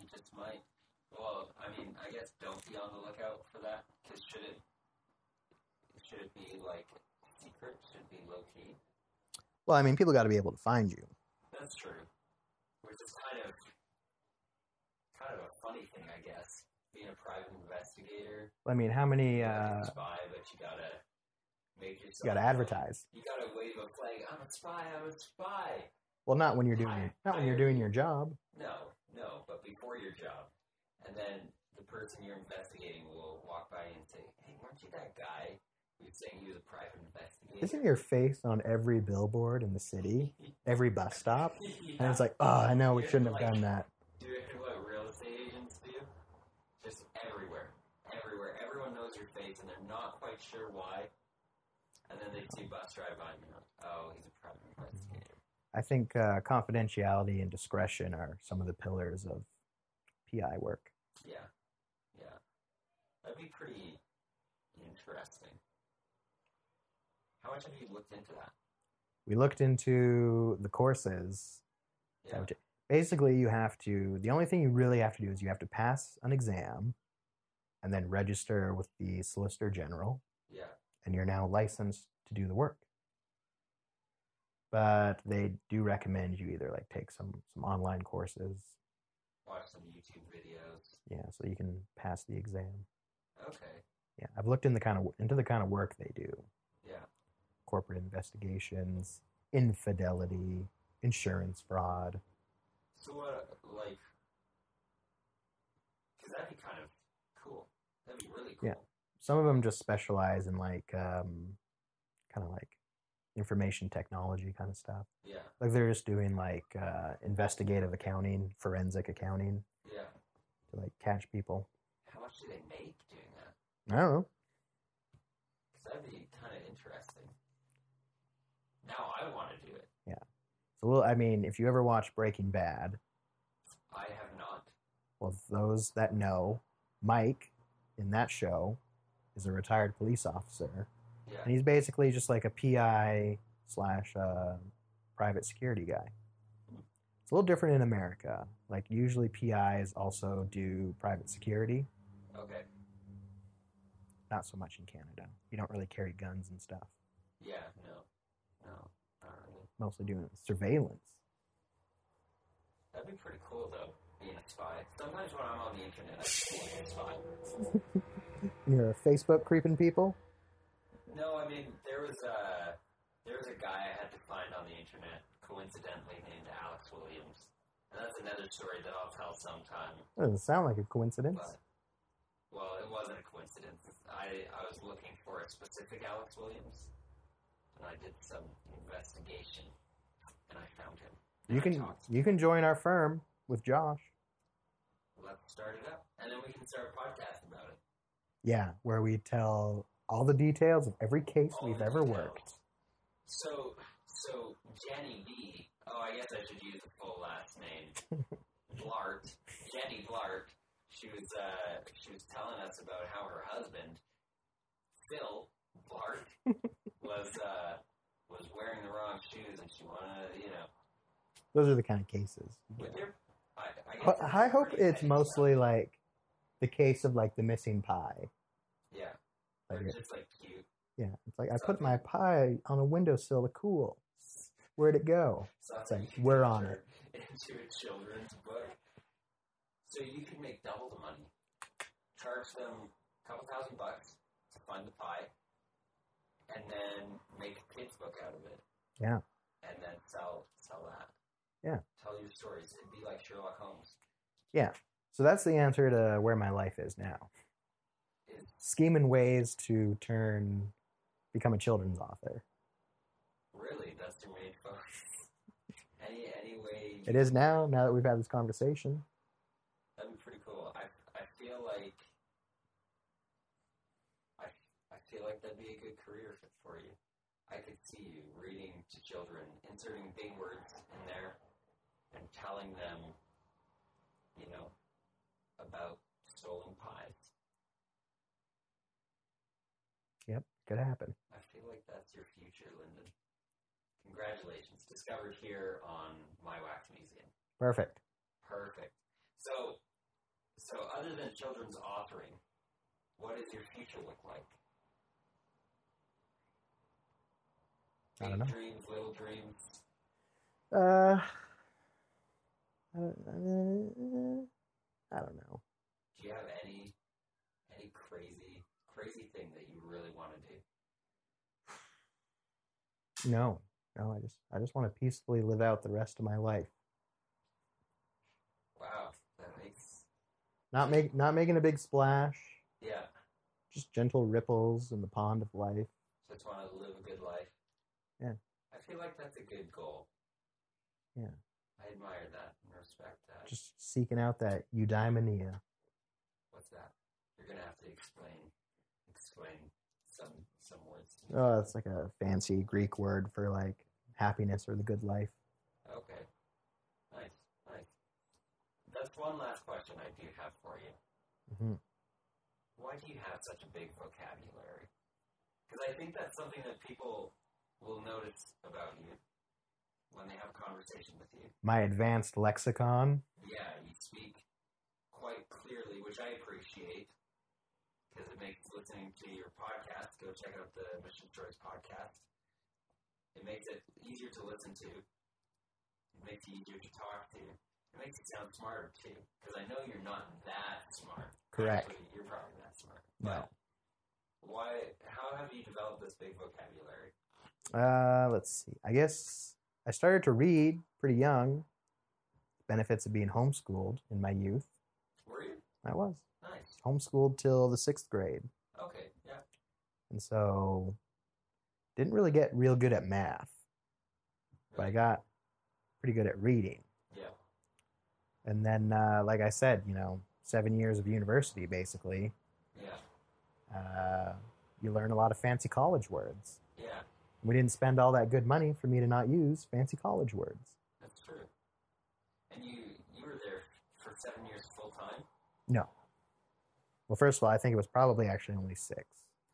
[SPEAKER 1] You just might. Well, I mean, I guess don't be on the lookout for that. Cause should it should it be like secret? Should it be low key?
[SPEAKER 2] Well, I mean, people got to be able to find you.
[SPEAKER 1] That's true. which is kind of kind of a funny thing, I guess. Being a private investigator,
[SPEAKER 2] I mean, how many?
[SPEAKER 1] you
[SPEAKER 2] Uh,
[SPEAKER 1] gotta spy, but you gotta make yourself.
[SPEAKER 2] you got to advertise.
[SPEAKER 1] You gotta wave a flag. I'm a spy. I'm a spy.
[SPEAKER 2] Well, not when you're doing not when you're doing your job.
[SPEAKER 1] No, no, but before your job, and then the person you're investigating will walk by and say, "Hey, weren't you that guy who's saying he was a private investigator?"
[SPEAKER 2] Isn't your face on every billboard in the city, every bus stop? And it's like, oh, I know we shouldn't have done that.
[SPEAKER 1] Do you know what real estate agents do? Just everywhere. Everywhere. Everyone knows your face and they're not quite sure why. And then they see bus drive by and they're like, oh, he's a private investigator.
[SPEAKER 2] I think uh, confidentiality and discretion are some of the pillars of PI work.
[SPEAKER 1] Yeah. Yeah. That'd be pretty interesting. How much have you looked into that?
[SPEAKER 2] We looked into the courses
[SPEAKER 1] Yeah.
[SPEAKER 2] Okay. basically you have to the only thing you really have to do is you have to pass an exam and then register with the solicitor general
[SPEAKER 1] Yeah.
[SPEAKER 2] and you're now licensed to do the work but they do recommend you either like take some some online courses
[SPEAKER 1] Watch some YouTube videos.
[SPEAKER 2] yeah so you can pass the exam
[SPEAKER 1] Okay.
[SPEAKER 2] yeah i've looked in the kind of into the kind of work they do
[SPEAKER 1] Yeah.
[SPEAKER 2] corporate investigations infidelity insurance fraud
[SPEAKER 1] So what, like, because that'd be kind of cool. That'd be really cool.
[SPEAKER 2] Yeah. some of them just specialize in like um, kind of like information technology kind of stuff.
[SPEAKER 1] Yeah.
[SPEAKER 2] Like they're just doing like uh, investigative accounting, forensic accounting
[SPEAKER 1] yeah.
[SPEAKER 2] to like catch people.
[SPEAKER 1] How much do they make doing that?
[SPEAKER 2] I don't know.
[SPEAKER 1] Because that'd be kind of interesting. Now I want to do it.
[SPEAKER 2] It's a little. I mean, if you ever watch Breaking Bad,
[SPEAKER 1] I have not.
[SPEAKER 2] well, those that know, Mike in that show is a retired police officer,
[SPEAKER 1] Yeah.
[SPEAKER 2] and he's basically just like a PI slash uh, private security guy. It's a little different in America. Like usually PIs also do private security,
[SPEAKER 1] Okay.
[SPEAKER 2] not so much in Canada. You don't really carry guns and stuff.
[SPEAKER 1] Yeah. No. No. Not really.
[SPEAKER 2] Mostly doing surveillance.
[SPEAKER 1] That'd be pretty cool though. Being a spy. Sometimes when I'm on the internet, I feel like a spy.
[SPEAKER 2] You're a Facebook creeping people.
[SPEAKER 1] No, I mean there was a there was a guy I had to find on the internet, coincidentally named Alex Williams, and that's another story that I'll tell sometime.
[SPEAKER 2] That doesn't sound like a coincidence.
[SPEAKER 1] But, well, it wasn't a coincidence. I, I was looking for a specific Alex Williams, and I did some investigation, and I found him. And
[SPEAKER 2] you
[SPEAKER 1] I
[SPEAKER 2] can
[SPEAKER 1] talked to him.
[SPEAKER 2] you can join our firm with Josh.
[SPEAKER 1] Let's start it up, and then we can start a podcast about it.
[SPEAKER 2] Yeah, where we tell all the details of every case
[SPEAKER 1] All
[SPEAKER 2] we've
[SPEAKER 1] the
[SPEAKER 2] ever
[SPEAKER 1] details.
[SPEAKER 2] worked.
[SPEAKER 1] So, so Jenny B. Oh, I guess I should use the full last name. Blart. Jenny Blart. She was uh, she was telling us about how her husband Phil Blart was uh, was wearing the wrong shoes, and she wanted you know.
[SPEAKER 2] Those are the kind of cases.
[SPEAKER 1] With your, I, I, guess
[SPEAKER 2] But
[SPEAKER 1] it's
[SPEAKER 2] I hope
[SPEAKER 1] pretty
[SPEAKER 2] it's
[SPEAKER 1] petty
[SPEAKER 2] mostly like the case of like the missing pie.
[SPEAKER 1] stuff. yeah.
[SPEAKER 2] Like,
[SPEAKER 1] They're just like cute.
[SPEAKER 2] yeah, it's like I put my pie on a windowsill to cool. Where'd it go?
[SPEAKER 1] Sounds
[SPEAKER 2] like,
[SPEAKER 1] you could
[SPEAKER 2] we're on
[SPEAKER 1] turn Into a children's book. So you can make double the money. Charge them a couple thousand bucks to fund the pie, and then make a kids book out of it.
[SPEAKER 2] Yeah.
[SPEAKER 1] And then sell sell that.
[SPEAKER 2] Yeah.
[SPEAKER 1] Tell your stories. It'd be like Sherlock Holmes.
[SPEAKER 2] So that's the answer to where my life is now. Scheming ways to turn, become a children's author.
[SPEAKER 1] Really, that's your main focus. any any way
[SPEAKER 2] It is now. Now that we've had this conversation,
[SPEAKER 1] That'd be pretty cool. I, I feel like I, I feel like that'd be a good career fit for you. I could see you reading to children, inserting big words in there, and telling them, you know, about stolen pies.
[SPEAKER 2] could happen.
[SPEAKER 1] I feel like that's your future, Lyndon. Congratulations, discovered here on My Wax Museum.
[SPEAKER 2] Perfect.
[SPEAKER 1] Perfect. So, so other than children's authoring, what does your future look like? Big
[SPEAKER 2] I don't know.
[SPEAKER 1] Dreams, little dreams.
[SPEAKER 2] Uh, I don't, I don't know.
[SPEAKER 1] Do you have any any crazy crazy thing that you really want to do?
[SPEAKER 2] No, no. I just I just want to peacefully live out the rest of my life.
[SPEAKER 1] Wow, that makes
[SPEAKER 2] Not make not making a big splash.
[SPEAKER 1] yeah.
[SPEAKER 2] Just gentle ripples in the pond of life.
[SPEAKER 1] Just want to live a good life.
[SPEAKER 2] Yeah.
[SPEAKER 1] I feel like that's a good goal.
[SPEAKER 2] Yeah.
[SPEAKER 1] I admire that and respect that.
[SPEAKER 2] Just seeking out that eudaimonia.
[SPEAKER 1] What's that? You're gonna have to explain explain some some words. to me.
[SPEAKER 2] Oh, it's like a fancy Greek word for like happiness or the good life.
[SPEAKER 1] Okay. Nice, nice. That's one last question I do have for you.
[SPEAKER 2] hmm
[SPEAKER 1] why do you have such a big vocabulary? Because I think that's something that people will notice about you when they have a conversation with you.
[SPEAKER 2] My advanced lexicon.
[SPEAKER 1] Yeah, you speak quite clearly, which I appreciate because it makes listening to your podcast. Go check out the Mission Choice podcast. It makes it easier to listen to. It makes it easier to talk to. It makes you sound smarter too, because I know you're not that smart.
[SPEAKER 2] Correct.
[SPEAKER 1] Actually, you're probably not smart.
[SPEAKER 2] No.
[SPEAKER 1] Why? How have you developed this big vocabulary?
[SPEAKER 2] Uh, let's see. I guess I started to read pretty young. Benefits of being homeschooled in my youth.
[SPEAKER 1] Were you
[SPEAKER 2] I was
[SPEAKER 1] nice?
[SPEAKER 2] homeschooled till the sixth grade,
[SPEAKER 1] Okay, yeah.
[SPEAKER 2] and so didn't really get real good at math, but I got pretty good at reading.
[SPEAKER 1] Yeah.
[SPEAKER 2] And then, uh, like I said, you know, seven years of university basically.
[SPEAKER 1] Yeah.
[SPEAKER 2] Uh, you learn a lot of fancy college words.
[SPEAKER 1] Yeah.
[SPEAKER 2] We didn't spend all that good money for me to not use fancy college words.
[SPEAKER 1] That's true. And you you were there for seven years full time.
[SPEAKER 2] Well, first of all, I think it was probably actually only six.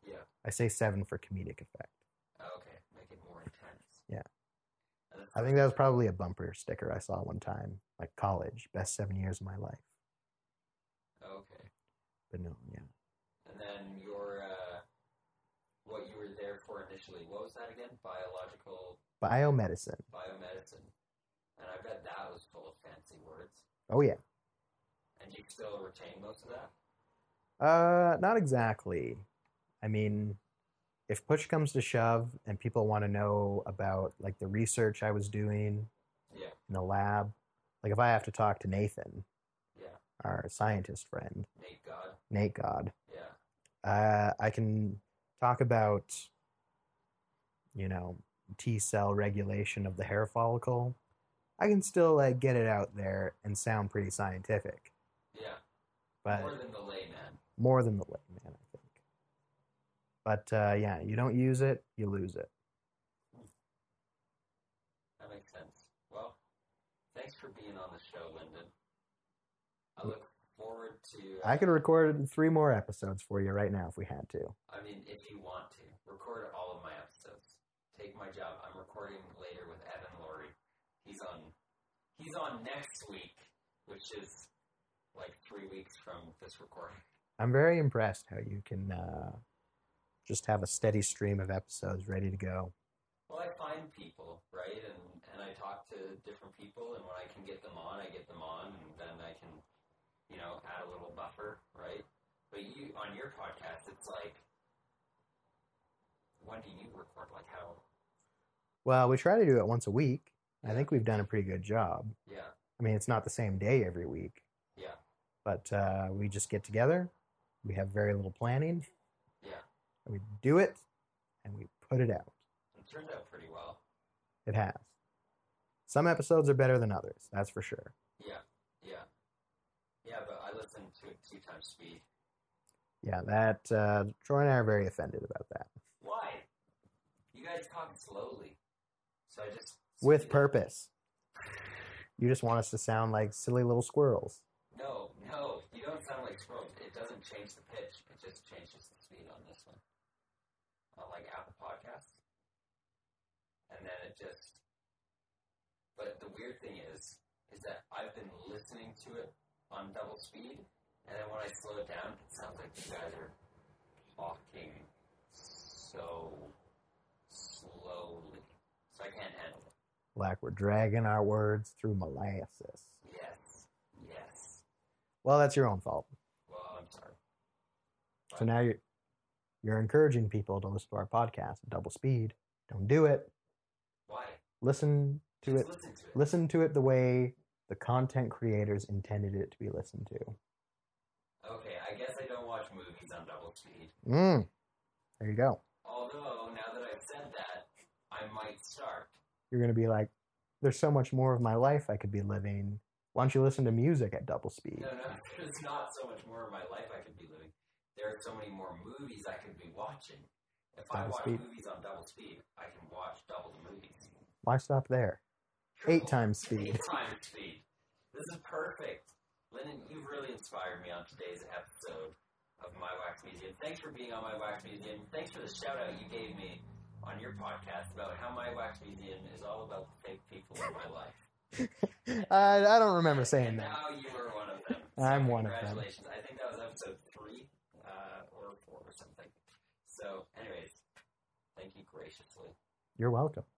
[SPEAKER 1] Yeah.
[SPEAKER 2] I say seven for comedic effect.
[SPEAKER 1] Okay, make it more intense.
[SPEAKER 2] Yeah.
[SPEAKER 1] And that's-
[SPEAKER 2] I think that was probably a bumper sticker I saw one time, like college, best seven years of my life.
[SPEAKER 1] okay.
[SPEAKER 2] But no, yeah.
[SPEAKER 1] And then your uh, what you were there for initially. What was that again? Biological
[SPEAKER 2] Biomedicine.
[SPEAKER 1] biomedicine. And I bet that was full of fancy words.
[SPEAKER 2] Oh, yeah.
[SPEAKER 1] And you still retain most of that.
[SPEAKER 2] Uh, not exactly. I mean, if push comes to shove and people want to know about like the research I was doing
[SPEAKER 1] Yeah.
[SPEAKER 2] in the lab, like if I have to talk to Nathan,
[SPEAKER 1] Yeah.
[SPEAKER 2] our scientist friend,
[SPEAKER 1] Nate God.
[SPEAKER 2] Nate God,
[SPEAKER 1] Yeah.
[SPEAKER 2] uh, I can talk about, you know, T cell regulation of the hair follicle. I can still like get it out there and sound pretty scientific,
[SPEAKER 1] Yeah.
[SPEAKER 2] but
[SPEAKER 1] More than the layman.
[SPEAKER 2] more than the layman, I think. But uh, yeah, you don't use it, you lose it.
[SPEAKER 1] That makes sense. Well, thanks for being on the show, Lyndon. I look forward to.
[SPEAKER 2] I could record three more episodes for you right now if we had to.
[SPEAKER 1] I mean, if you want to, record all of my episodes. Take my job. I'm recording later with Evan Laurie. He's on. He's on next week, which is like three weeks from this recording.
[SPEAKER 2] I'm very impressed how you can uh, just have a steady stream of episodes ready to go.
[SPEAKER 1] Well, I find people, right? And, and I talk to different people, and when I can get them on, I get them on, and then I can, you know, add a little buffer, right? But you, on your podcast, it's like, when do you record? Like, how?
[SPEAKER 2] Well, we try to do it once a week. I
[SPEAKER 1] Yeah.
[SPEAKER 2] think we've done a pretty good job.
[SPEAKER 1] Yeah,
[SPEAKER 2] I mean, it's not the same day every week,
[SPEAKER 1] yeah,
[SPEAKER 2] but uh, we just get together. We have very little planning.
[SPEAKER 1] Yeah.
[SPEAKER 2] And we do it and we put it out.
[SPEAKER 1] it turns out pretty well.
[SPEAKER 2] It has. Some episodes are better than others, that's for sure.
[SPEAKER 1] Yeah, yeah. Yeah, but I listen to it two times speed.
[SPEAKER 2] Yeah, that uh, Troy and I are very offended about that
[SPEAKER 1] Why? You guys talk slowly. So I just.
[SPEAKER 2] with
[SPEAKER 1] speed it up.
[SPEAKER 2] purpose. You just want us to sound like silly little squirrels.
[SPEAKER 1] No, no, you don't sound like Scrooge. It doesn't change the pitch. It just changes the speed on this one. On like Apple Podcasts. And then it just But the weird thing is is that I've been listening to it on double speed and then when I slow it down it sounds like you guys are talking so slowly. So I can't handle it.
[SPEAKER 2] Like we're dragging our words through molasses.
[SPEAKER 1] Yes.
[SPEAKER 2] Well, that's your own fault.
[SPEAKER 1] Well, I'm sorry.
[SPEAKER 2] So now you're you're encouraging people to listen to our podcast at double speed. Don't do it.
[SPEAKER 1] Why?
[SPEAKER 2] Listen to
[SPEAKER 1] Just
[SPEAKER 2] it.
[SPEAKER 1] Listen to it.
[SPEAKER 2] Listen to it the way the content creators intended it to be listened to.
[SPEAKER 1] Okay, I guess I don't watch movies on double speed.
[SPEAKER 2] Mm. There you go.
[SPEAKER 1] Although, now that I've said that, I might start.
[SPEAKER 2] You're gonna be like, there's so much more of my life I could be living. Why don't you listen to music at double speed?
[SPEAKER 1] No, no, there's not so much more of my life I could be living. There are so many more movies I could be watching. If I
[SPEAKER 2] Double
[SPEAKER 1] watch
[SPEAKER 2] speed.
[SPEAKER 1] movies on double speed, I can watch double the movies.
[SPEAKER 2] Why stop there? Eight
[SPEAKER 1] Triple-
[SPEAKER 2] times speed.
[SPEAKER 1] Eight times speed. This is perfect. Lennon, you've really inspired me on today's episode of My Wax Museum. Thanks for being on My Wax Museum. Thanks for the shout out you gave me on your podcast about how My Wax Museum is all about the fake people in my life.
[SPEAKER 2] I, I don't remember saying
[SPEAKER 1] and
[SPEAKER 2] that.
[SPEAKER 1] Now you are one of them.
[SPEAKER 2] I'm one of them.
[SPEAKER 1] Congratulations. I think that was episode three uh, or four or something. So, anyways, thank you graciously.
[SPEAKER 2] You're welcome.